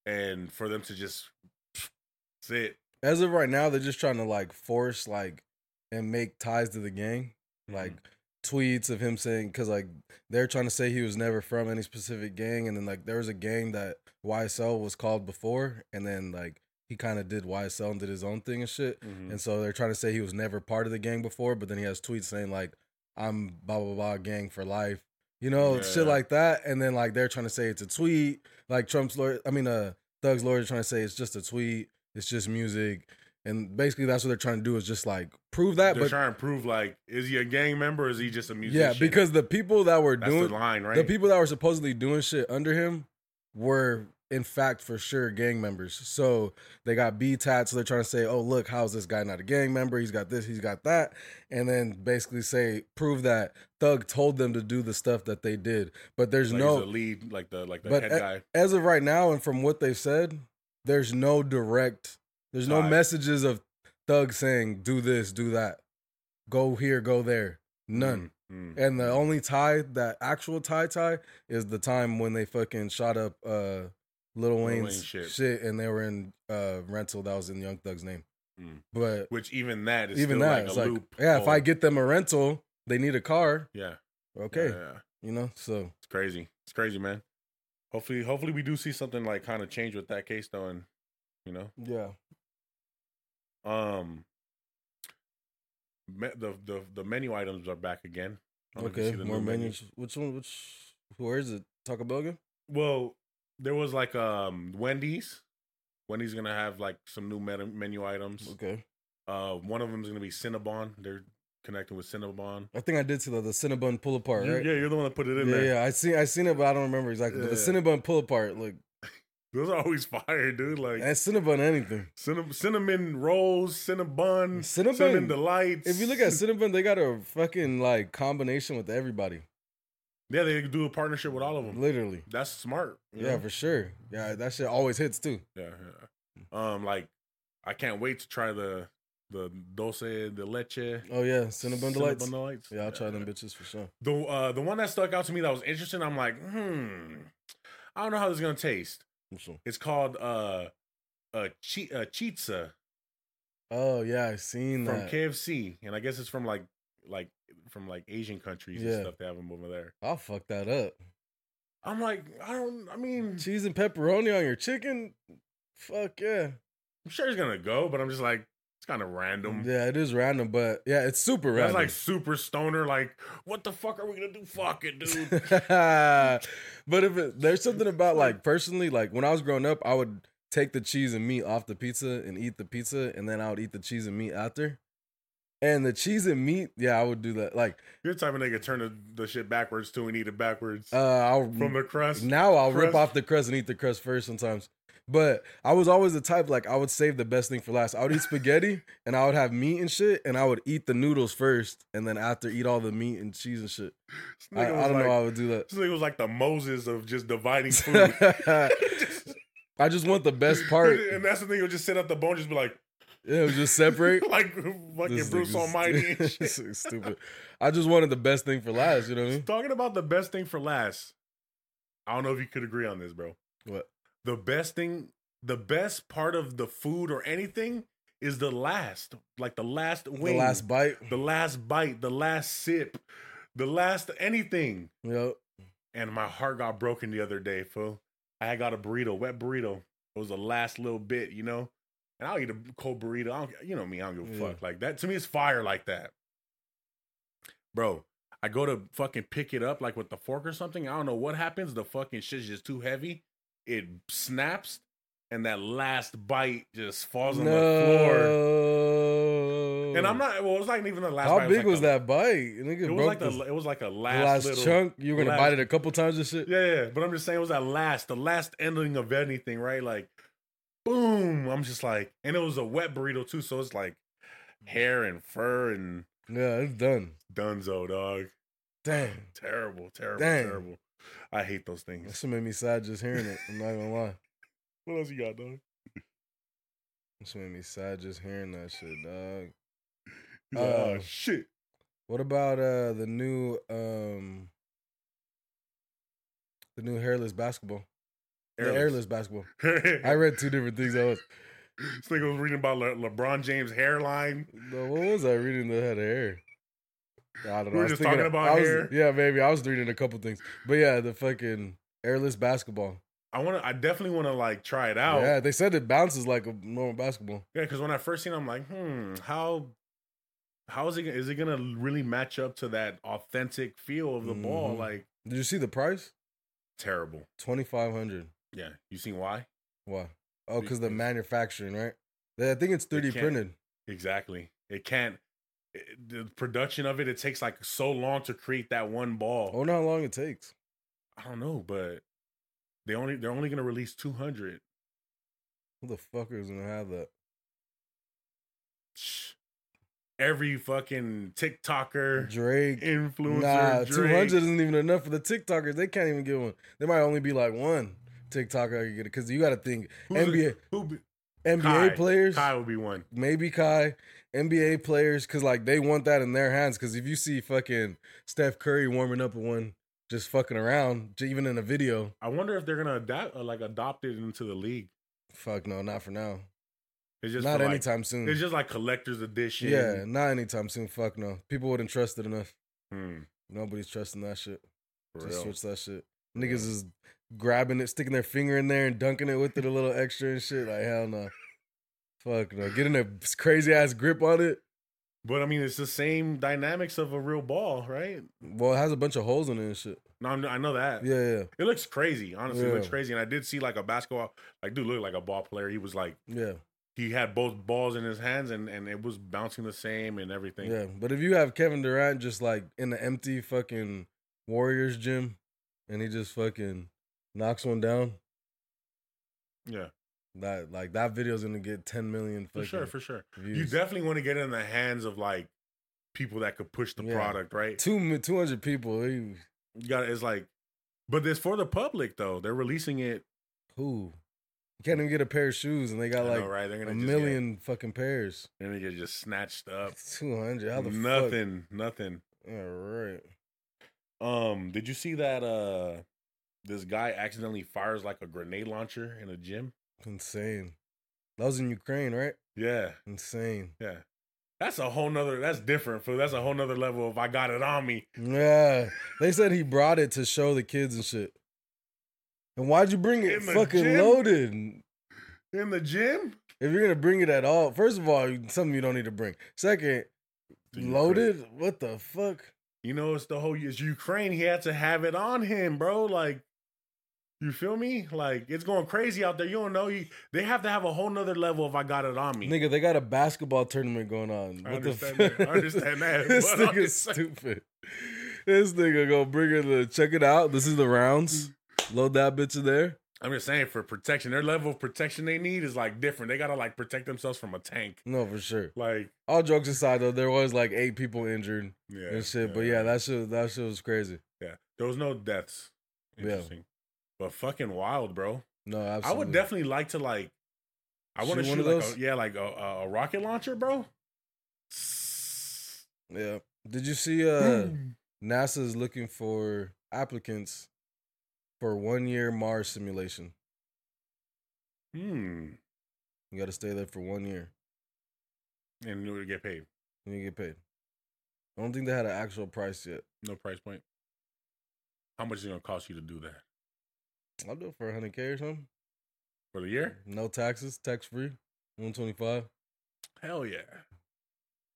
and for them to just *sniffs* sit.
as of right now, they're just trying to like force like and make ties to the gang. like tweets of him saying because like they're trying to say he was never from any specific gang and then like there was a gang that ysl was called before and then like he kind of did ysl and did his own thing and shit
Mhm.
and so they're trying to say he was never part of the gang before but then he has tweets saying like i'm blah blah blah gang for life you know shit
Yeah.
like that and then like they're trying to say it's a tweet like trump's lawyer i mean uh thug's lawyer is trying to say it's just a tweet it's just music and basically that's what they're trying to do is just like prove that
They're
but
trying to prove like, is he a gang member or is he just a musician?
yeah, because the people that were
that's
doing
the line, right?
the people that were supposedly doing shit under him were in fact for sure gang members. So they got B tat, so they're trying to say, Oh, look, how's this guy not a gang member? He's got this, he's got that, and then basically say, prove that Thug told them to do the stuff that they did. But there's
like,
no
he's the lead, like the like the
But
head
a-
guy.
as of right now and from what they've said, there's no direct, there's no
Tie.
messages of Thug saying, Do this, do that, go here, go there. None.
Mm, mm.
And the only tie that actual tie tie is the time when they fucking shot up uh Lil Wayne's
Wayne's
shit.
shit.
and they were in uh rental that was in Young Thug's name.
Mm.
But
Which even that is
even
still
that,
like
it's
a
like,
loop.
yeah, if I
hole.
get them a rental, they need a car.
yeah,
Okay,
yeah, yeah.
you know, so
it's crazy. It's crazy, man. Hopefully, hopefully we do see something like kind of change with that case though, and you know,
yeah,
um, me, the the the menu items are back again. I don't know if you
okay,
see the
more
new menu.
menus. Which one? Which where is it? Taco Bell again?
Well, there was like um Wendy's. Wendy's gonna have like some new meta- menu items.
Okay,
Uh, one of them is gonna be Cinnabon. They're connecting with Cinnabon.
I think I did see the the Cinnabon pull apart,
You-
right?
Yeah, you're the one that put it in
yeah,
there.
yeah, I seen I seen it, but I don't remember exactly. But the
Yeah.
Cinnabon pull apart, like
Those are always *laughs* fire, dude. Like
and Cinnabon anything.
cinnamon, cinnamon rolls, cinnabon,
Cinnabon.
cinnamon, delights.
If
*laughs*
you look at Cinnabon, they got a fucking like combination with everybody.
yeah, they do a partnership with all of them.
Literally.
That's smart. you
Yeah,
know?
for sure. Yeah, that shit always hits too.
yeah, yeah. Um, like I can't wait to try the the dulce de leche
Oh yeah, Cinnabon delights.
delights.
Yeah, I'll try them bitches for sure.
The uh, the one that stuck out to me that was interesting. I'm like, hmm, I don't know how this is gonna taste.
For sure.
It's called uh, a chi- a chizza
Oh yeah, I seen
from
that.
KFC, and I guess it's from like like from like Asian countries
Yeah.
and stuff. They have them over there.
I'll fuck that up.
I'm like, I don't. I mean,
Cheese and pepperoni on your chicken. Fuck yeah.
I'm sure it's gonna go, but I'm just like, it's kind of random.
Yeah, it is random, but yeah, it's super
That's
random.
like super stoner. Like, what the fuck are we gonna do? Fuck it, dude.
*laughs* but if it, there's something about like personally, like when I was growing up, I would take the cheese and meat off the pizza and eat the pizza, and then I would eat the cheese and meat after. And the cheese and meat, yeah, I would do that. Like,
You're the type of nigga turn the, the shit backwards too and eat it backwards
uh, I'll
from the crust.
now I'll rip
crust.
off the crust and eat the crust first sometimes. But I was always the type like I would save the best thing for
*laughs*
last. I would eat spaghetti and I would have meat and shit, and I would eat the noodles first, and then after eat all the meat and cheese and shit.
This
I,
nigga
I
was
don't know.
like-
how I would do *laughs*
This nigga was like the Moses of *laughs* just dividing food.
that.
Just-
I just want the best part.
*laughs* and that's the thing. You'll just sit up the bone, just be like,
It was just separate.
like *laughs* fucking
This
Bruce
nigga's- *laughs*
Almighty. And shit.
this is stupid. I just wanted the best thing for last. You know what I mean?
Talking about the best thing for last. I don't know if you could agree on this, bro.
What?
The best thing, the best part of the food or anything is the last, like the last wing,
The last bite.
the last bite, the last sip, the last anything.
Yep.
And my heart got broken the other day, fool. I had got a burrito, wet burrito. It was the last little bit, you know. And I'll eat a cold burrito. I don't, you know me. I don't give a
Yeah.
fuck like that. To me, it's fire like that, bro. I go to fucking pick it up like with the fork or something. I don't know what happens. The fucking shit's just too heavy. It snaps, and that last bite just falls on the floor.
No.
And I'm not. Well, it was like even the last.
How
bite, it
big
like
was, that bite? Nigga
A, it was
broke
like the.
the,
It was like a
the
last,
last,
little,
chunk. You were gonna
last-
bite it a couple times and shit.
Yeah, yeah, but I'm just saying it was that last, the last ending of anything, right? Like, boom! I'm just like, and it was a wet burrito too, so it's like hair and fur and
Yeah, it's done.
dunzo, dog.
Dang.
Terrible, terrible,
Dang.
terrible. I hate those
That *laughs*
things.
shit made me sad just hearing it. I'm not gonna lie.
What else you got, dog?
That shit made me sad just hearing that shit, dog.
He's like, oh
Uh,
shit!
What about uh the new um the new hairless basketball? The airless basketball.
*laughs*
I
I
read two different things. I was
this nigga was reading about Le- LeBron James hairline.
no, what was I reading that had hair? I don't know.
We were
I was
just
thinking
talking
of-
about
I was-
hair.
Yeah, maybe I was reading a couple things, but yeah, the fucking airless basketball.
I want to. I definitely want to like try it out.
Yeah, they said it bounces like a normal basketball.
Yeah, because when I first seen, it, I'm like, hmm, how, how is it? Is it gonna really match up to that authentic feel of the ball?
Mhm.
Like
Did you see the price?
terrible.
Twenty five hundred.
Yeah, you seen why?
Why? Oh, because the
Because-
manufacturing, right? They- I think it's three D
can't-
printed.
Exactly. It can't. it- the production of it, it takes like so long to create that one
I
ball.
wonder how long it takes.
I don't know, but they only they're only gonna release 200.
Who the fuck is gonna have that?
Shh. Every fucking TikToker
Drake.
influencer,
Nah, two
Drake.
hundred isn't even enough for the TikTokers. They can't even get one. There might only be like one TikToker I could get it because you got to think
Who's it-
NBA
who be-
NBA
Kai.
players,
Kai would be one.
maybe Kai, NBA players, because like they want that in their hands. Because if you see fucking Steph Curry warming up with one, just fucking around, j- even in a video,
I wonder if they're gonna adapt, uh, like adopt it into the league.
fuck no, not for now,
It's just
not
for, like,
anytime soon.
It's just like collector's edition.
yeah, not anytime soon. Fuck no, people wouldn't trust it enough.
Hmm,
Nobody's trusting that shit.
for
Just
real.
switch that shit. Niggas is grabbing it, sticking their finger in there, and dunking it with it a little extra and shit. Like hell no, fuck no. Getting a crazy ass grip on it.
But I mean, it's the same dynamics of a real ball, right?
Well, it has a bunch of holes in it and shit.
No, I'm, I know that.
Yeah, yeah,
It looks crazy. Honestly, it looks
Yeah.
crazy. And I did see like a basketball, like dude looked like a ball player. He was like
yeah,
he had both balls in his hands, and and it was bouncing the same and everything.
yeah. But if you have Kevin Durant just like in the empty fucking Warriors gym, and he just fucking knocks one down,
Yeah,
that like that video's gonna get ten million
for
fucking
sure, for sure.
views.
You definitely want to get it in the hands of like people that could push the
Yeah.
product, right?
two mi- 200 people. Who?
You got it's like, but it's for the public though. They're releasing it.
You can't even get a pair of shoes, and they
I
got
know,
like.
right? They're gonna
a
just
million fucking pairs.
Get, they're gonna get just snatched up.
*laughs* Two hundred. How the fuck?
nothing, nothing.
All right.
Um, did you see that uh this guy accidentally fires like a grenade launcher in a gym?
Insane. That was in Ukraine, right?
Yeah,
Insane.
yeah. That's a whole nother that's different, fool. That's a whole nother level of I got it on me.
Yeah. They said he brought it to show the kids and shit. And why'd you bring it
In the
fucking
gym?
loaded?
In the gym?
If you're gonna bring it at all, first of all, something you don't need to bring. Second,
To Ukraine.
loaded? What the fuck?
You know, it's the whole it's Ukraine. He had to have it on him, bro. Like you feel me? Like it's going crazy out there. You don't know. You, they have to have a whole nother level of I got it on me.
Nigga, they got a basketball tournament going on.
I
What the
understand
fuck?
that. I understand that,
*laughs* this
but I'm
nigga's
just saying.
stupid. This nigga gonna bring her the check it out. This is the rounds. Load that bitch in there.
I'm just saying for protection, their level of protection they need is like different. They gotta like protect themselves from a tank.
No, for sure.
Like
All jokes aside, though, there was like eight people injured
yeah,
and shit. But yeah, that shit, that shit was crazy.
Yeah. There was no deaths.
Yeah.
Interesting. But fucking wild, bro.
No, absolutely.
I would definitely like to like. I want to
Shoot
shoot
one of
like
those?
A, yeah, like a, a, a rocket launcher, bro.
Yeah. Did you see? Uh, NASA's looking for applicants for one year Mars simulation.
Hmm.
You got to stay there for one year
And you would get paid.
and you get paid. I don't think they had an actual price yet.
No price point. How much is it gonna cost you to do that
I'll do it for 100K or something.
for the year?
No taxes, tax free, 125.
Hell yeah.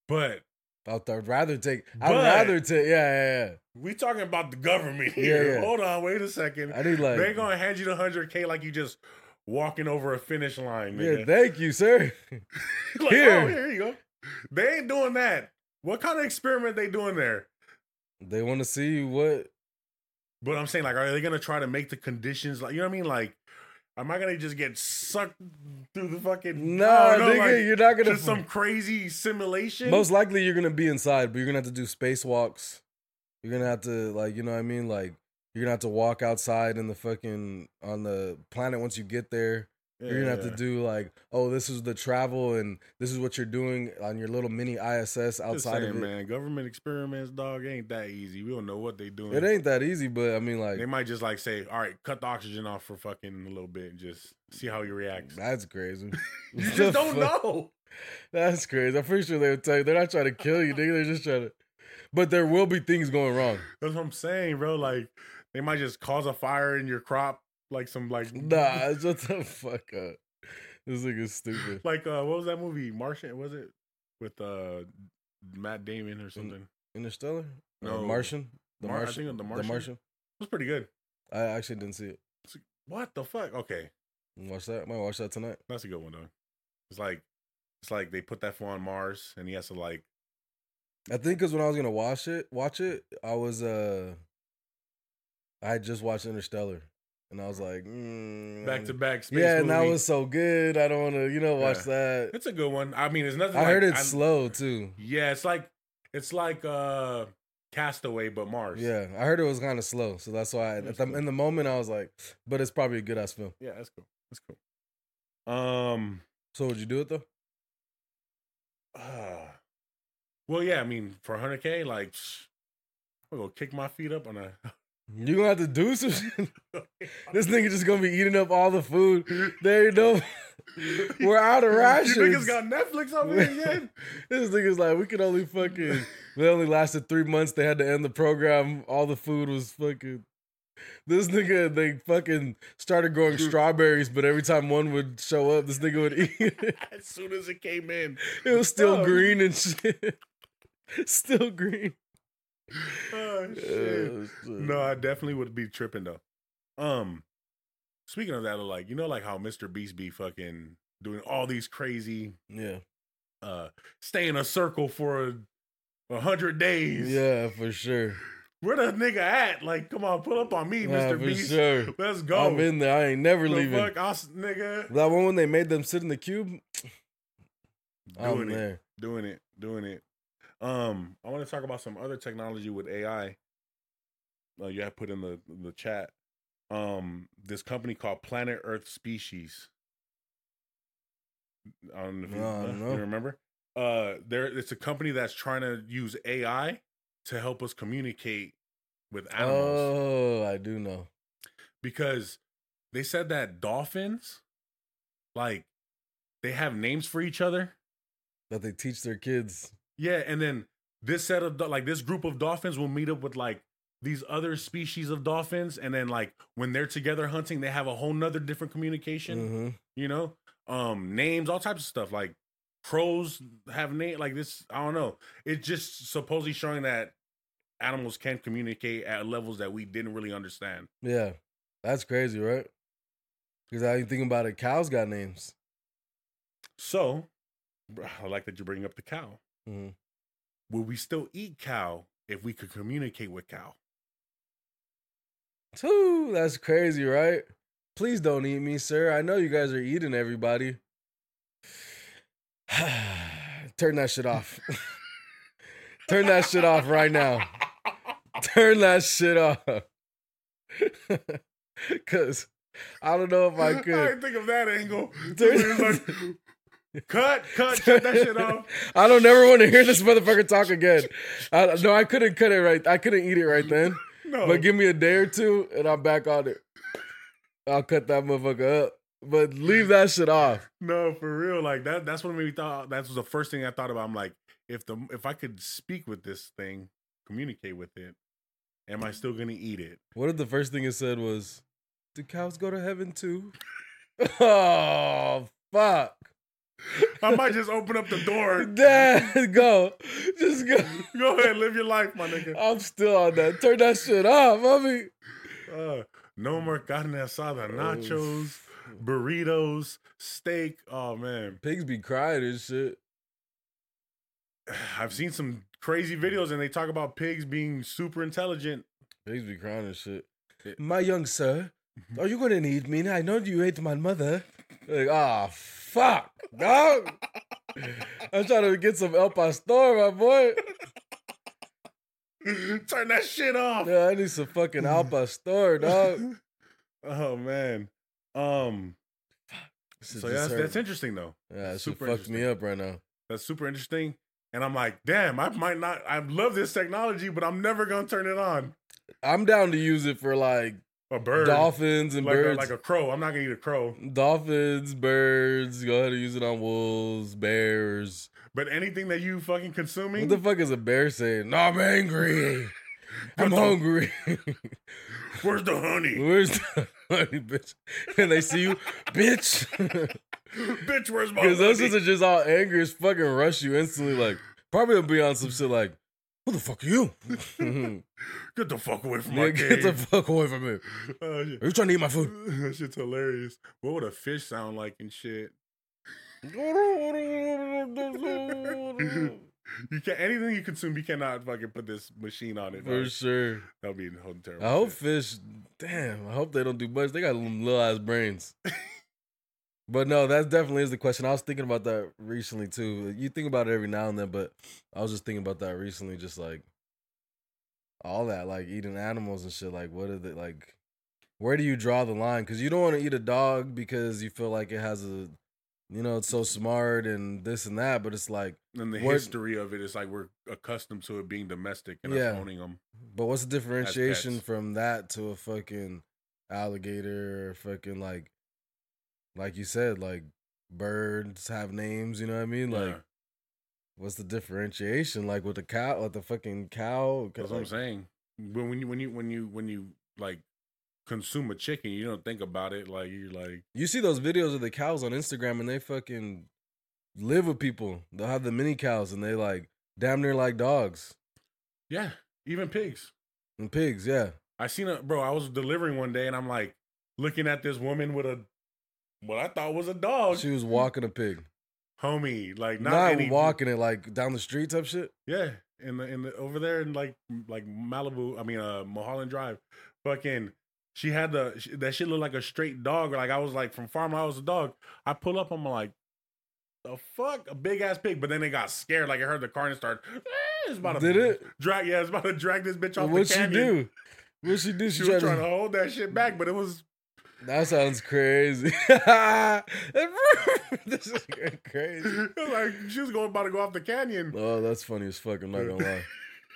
But
I'd I'd rather take, I'd
But-
rather take, yeah,
we talking about the government
*laughs* Yeah,
here.
yeah.
Hold on, wait a second.
yeah, yeah. I need like,
they gonna hand you the hundred k like you just walking over a finish line.
yeah,
Nigga.
thank you, sir.
*laughs* like,
here.
Oh, here you go. They ain't doing that. What kind of experiment they doing there?
they want to see what,
But I'm saying, like, are they gonna try to make the conditions like you know what I mean? Like, am I gonna just get sucked through the fucking
nah,
I don't know,
nigga,
like,
you're not going
to
*laughs*
some
to,
crazy simulation?
most likely you're going to be inside, but you're going to have to do spacewalks. You're going to have to, like, you know what I mean? Like, you're going to have to walk outside in the fucking, on the planet once you get there. You're gonna have to
Yeah.
do like, oh, this is the travel, and this is what you're doing on your little mini ISS
Just
outside
saying,
of it.
man. Government experiments, dog, ain't that easy. We don't know what they doing.
It ain't that easy, but I mean, like, mm,
They might just like say, "All right, cut the oxygen off for fucking a little bit and just see how he reacts."
that's crazy. *laughs*
You just don't know.
That's crazy. I'm pretty sure they would tell you they're not trying to kill you, nigga. They're just trying to. *laughs* But there will be things going wrong.
That's what I'm saying, bro. Like they might just cause a fire in your crop, like some like *laughs*
*laughs* Nah, shut the fuck up. This nigga's stupid.
like uh, what was that movie? Martian was it with uh Matt Damon
Mm.
or something? It
Interstellar? Or
No.
Martian? The
Mar- I
Martian.
think of The Martian.
The Martian.
was pretty good.
I actually didn't see it.
What the fuck? Okay,
Watch that. I might watch that tonight.
that's a good one though. It's like it's like they put that fool on Mars and he has to like
I think because when I was gonna watch it, watch it, I was uh, I had just watched Interstellar, and I was like, mm,
back to back space.
yeah, and that
movie.
was so good. I don't want to, you know, watch
Yeah.
that.
it's a good one. I mean, it's nothing.
I heard
like-
it's
I-
slow too.
Yeah, it's like it's like uh Castaway but Mars.
Yeah, I heard it was kind of slow, so that's why I, at
That's
the,
cool.
in the moment I was like, but it's probably a good ass film.
yeah, that's cool. That's cool. Um.
So would you do it though?
Uh, well, yeah. I mean, for 100k, like I'm gonna kick my feet up on a. *laughs* Hmm.
You gonna have to do some. shit. *laughs* this nigga just gonna be eating up all the food. There
*laughs*
you go. We're out of rations.
You niggas got Netflix over here
*laughs*
yet?
this nigga's like, we could only fucking. They only lasted three months. They had to end the program. All the food was fucking. This nigga, they fucking started growing strawberries, but every time one would show up, this nigga would *laughs* eat it.
*laughs* as soon as it came in,
It was still
Oh.
green and shit. *laughs* Still green.
oh
Oh,
shit.
shit.
no, I definitely would be tripping though. Um, speaking of that, like you know, like how Mr. Beast be fucking doing all these crazy
Yeah.
uh stay in a circle for a, a hundred days.
Yeah, for sure.
Where the nigga at? Like, come on, pull up on me,
Nah,
Mr.
for
Beast.
sure.
Let's go.
I'm in there. I ain't never
The
leaving.
fuck, I'll s- nigga.
That one when they made them sit in the cube, I'm
Doing it,
there.
doing it, doing it. Um, I want to talk about some other technology with AI. Uh, you have put in the the chat. Um, this company called Planet Earth Species. I don't know if you,
No, I don't
uh, *laughs*
know.
you remember. Uh, there it's a company that's trying to use AI to help us communicate with animals.
Oh, I do know.
because they said that dolphins, like, they have names for each other.
That they teach their kids.
Yeah, and then this set of do- like this group of dolphins will meet up with like these other species of dolphins, and then like when they're together hunting, they have a whole nother different communication.
hmm
You know, um, names, all types of stuff. Like crows have name like this. I don't know. It's just supposedly showing that animals can communicate at levels that we didn't really understand.
Yeah, that's crazy, right? Because I ain't thinking about it. Cows got names.
So, br- I like that you bring up the cow.
Mhm.
Would we still eat cow if we could communicate with cow?
Too. That's crazy, right? Please don't eat me, sir. I know you guys are eating everybody. *sighs* Turn that shit off. *laughs* Turn that shit off right now. Turn that shit off. *laughs* Cause I don't know if
*laughs*
I could.
didn't think of that
*laughs*
angle.
Dude.
He was like, cut, cut, shut that shit off.
I don't ever want to hear this motherfucker talk again. I, no, I couldn't cut it right. I couldn't eat it right then.
No,
*laughs* But give me a day or two, and I'm back on it. I'll cut that motherfucker up. But leave that shit off.
no, for real. Like that. That's what made me thought. That was the first thing I thought about. I'm like, if the if I could speak with this thing, communicate with it, am I still gonna eat it?
What if the first thing it said was, "Do cows go to heaven too?" *laughs* oh fuck!
I might just open up the
*laughs*
door.
Dad, go, just go.
*laughs* Go ahead, live your life, my nigga.
I'm still on that. Turn that shit off, homie.
Uh, no more carne
Oh.
asada, nachos, burritos, steak. Oh man, *sighs*
Pigs be crying and shit.
I've seen some crazy videos, and they talk about pigs being super intelligent.
Pigs be crying and shit. Mm-hmm.
Yeah.
My young sir, are you gonna need me? I know you hate my mother. Like, ah, fuck, *laughs* dog. I'm trying to get some El Pastor, my boy.
*laughs* Turn that shit off.
Yeah, I need some fucking *laughs* Al Pastor, dog.
*laughs* oh man. Um. So yeah, that's, that's interesting though.
Yeah, that shit
super
fucked me
interesting.
up right now.
That's super interesting. And I'm like, damn, I might not. I love this technology, but I'm never gonna turn it on.
I'm down to use it for like
A bird,
dolphins and
like a,
birds.
like a crow. I'm not gonna eat a crow.
Dolphins, birds. Go ahead and use it on wolves, bears.
But anything that you fucking consuming,
What the fuck is a bear saying? No, I'm angry.
Got
I'm
the-
hungry. *laughs*
where's the honey,
Where's the *laughs* honey, bitch? And they see you, bitch. *laughs*
*laughs* bitch? Where's my honey?
Because those kids are just all angry as fucking rush you instantly. Like, probably will be on some shit like, who the fuck are you? *laughs*
Get the fuck away from my
yeah, get
cave.
the fuck away from me.
*laughs* Oh, shit.
Are you trying to eat
*laughs*
my food?
that shit's hilarious. What would a fish sound like and shit? You can't anything you consume, you cannot fucking put this machine on it.
For
dog.
sure.
That'll be holding terrible.
I hope
shit.
fish. Damn, I hope they don't do much. They got them little
*laughs*
ass brains. but no, that definitely is the question. I was thinking about that recently too. You think about it every now and then, but I was just thinking about that recently, just like all that, like eating animals and shit. Like, what are they like? Where do you draw the line? Because you don't want to eat a dog because you feel like it has a, you know, it's so smart and this and that. But it's like,
and the
what-
history of it is like we're accustomed to it being domestic and
Yeah.
us owning them.
But what's the differentiation
pets.
from that to a fucking alligator or fucking like like you said, like birds have names, you know what I mean? Like
Yeah.
what's the differentiation? Like with the cow with the fucking cow
That's what I'm saying. When when you when you when you when you like consume a chicken, you don't think about it. Like you're like,
you see those videos of the cows on Instagram and they fucking live with people. They'll have the mini cows and they like damn near like dogs
yeah, even pigs.
and pigs, yeah.
I seen a bro. I was delivering one day, and I'm like looking at this woman with a what I thought was a dog,
She was walking a pig.
homie. Like
Not,
Oh, not, any,
walking it like down the street type shit.
Yeah, in the in the over there in like like Malibu. I mean, uh, Mulholland Drive. Fucking, she had the sh- that shit looked like a straight dog. Like I was like from farm, I was a dog. I pull up, I'm like, the fuck, a big ass pig. But then they got scared. Like I heard the car and start. "Ah, It's about to
Did it?
drag. Yeah, it's about to drag this bitch off
What'd
the
she
canyon.
do? What'd she do?
She
tried
was trying to hold that shit back, but it
*laughs*
was *laughs*
That sounds crazy. *laughs* this is crazy.
it was like she was going about to go off the canyon.
Oh, that's funny as fuck. I'm not gonna lie.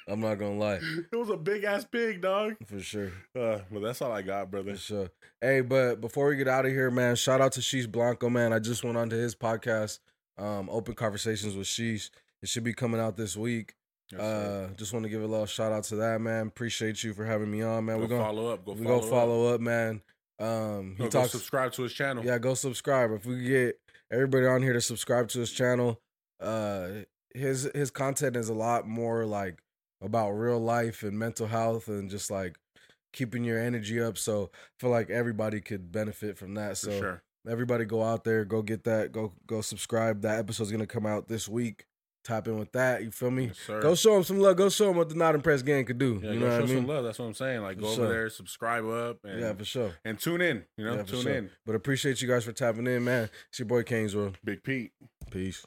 I'm not gonna lie
It was a big ass pig, dog.
for sure.
Uh, well, that's all I got, brother.
For sure. Hey, but before we get out of here, man, shout out to Sheesh Blanco, man. I just went onto his podcast, um, Open Conversations with Sheesh. It should be coming out this week.
Yes, sir.
Uh, just want to give a little shout out to that, man. Appreciate you for having me on, man.
go
We're gonna
follow up. Go
we're
follow,
gonna
up.
follow up, man. Um, he
No, go
talks.
subscribe to his channel.
Yeah, go subscribe. If we could get everybody on here to subscribe to his channel, uh his his content is a lot more like about real life and mental health and just like keeping your energy up. So I feel like everybody could benefit from that.
for
so
sure.
everybody go out there, go get that, go go subscribe. That episode's gonna come out this week. Tap in with that. You feel me?
Yes, sir.
mm, Go show him some love. Go show him what the not impressed gang could do.
yeah,
you
go
know
show
what I
some
mean?
love. That's what I'm saying. Like,
For
go
sure.
over there, subscribe up, and,
Yeah, for sure.
and tune in. You know,
yeah, for
tune
sure.
in.
But appreciate you guys for tapping in, man. It's your boy Kingsworth.
Big Pete.
Peace.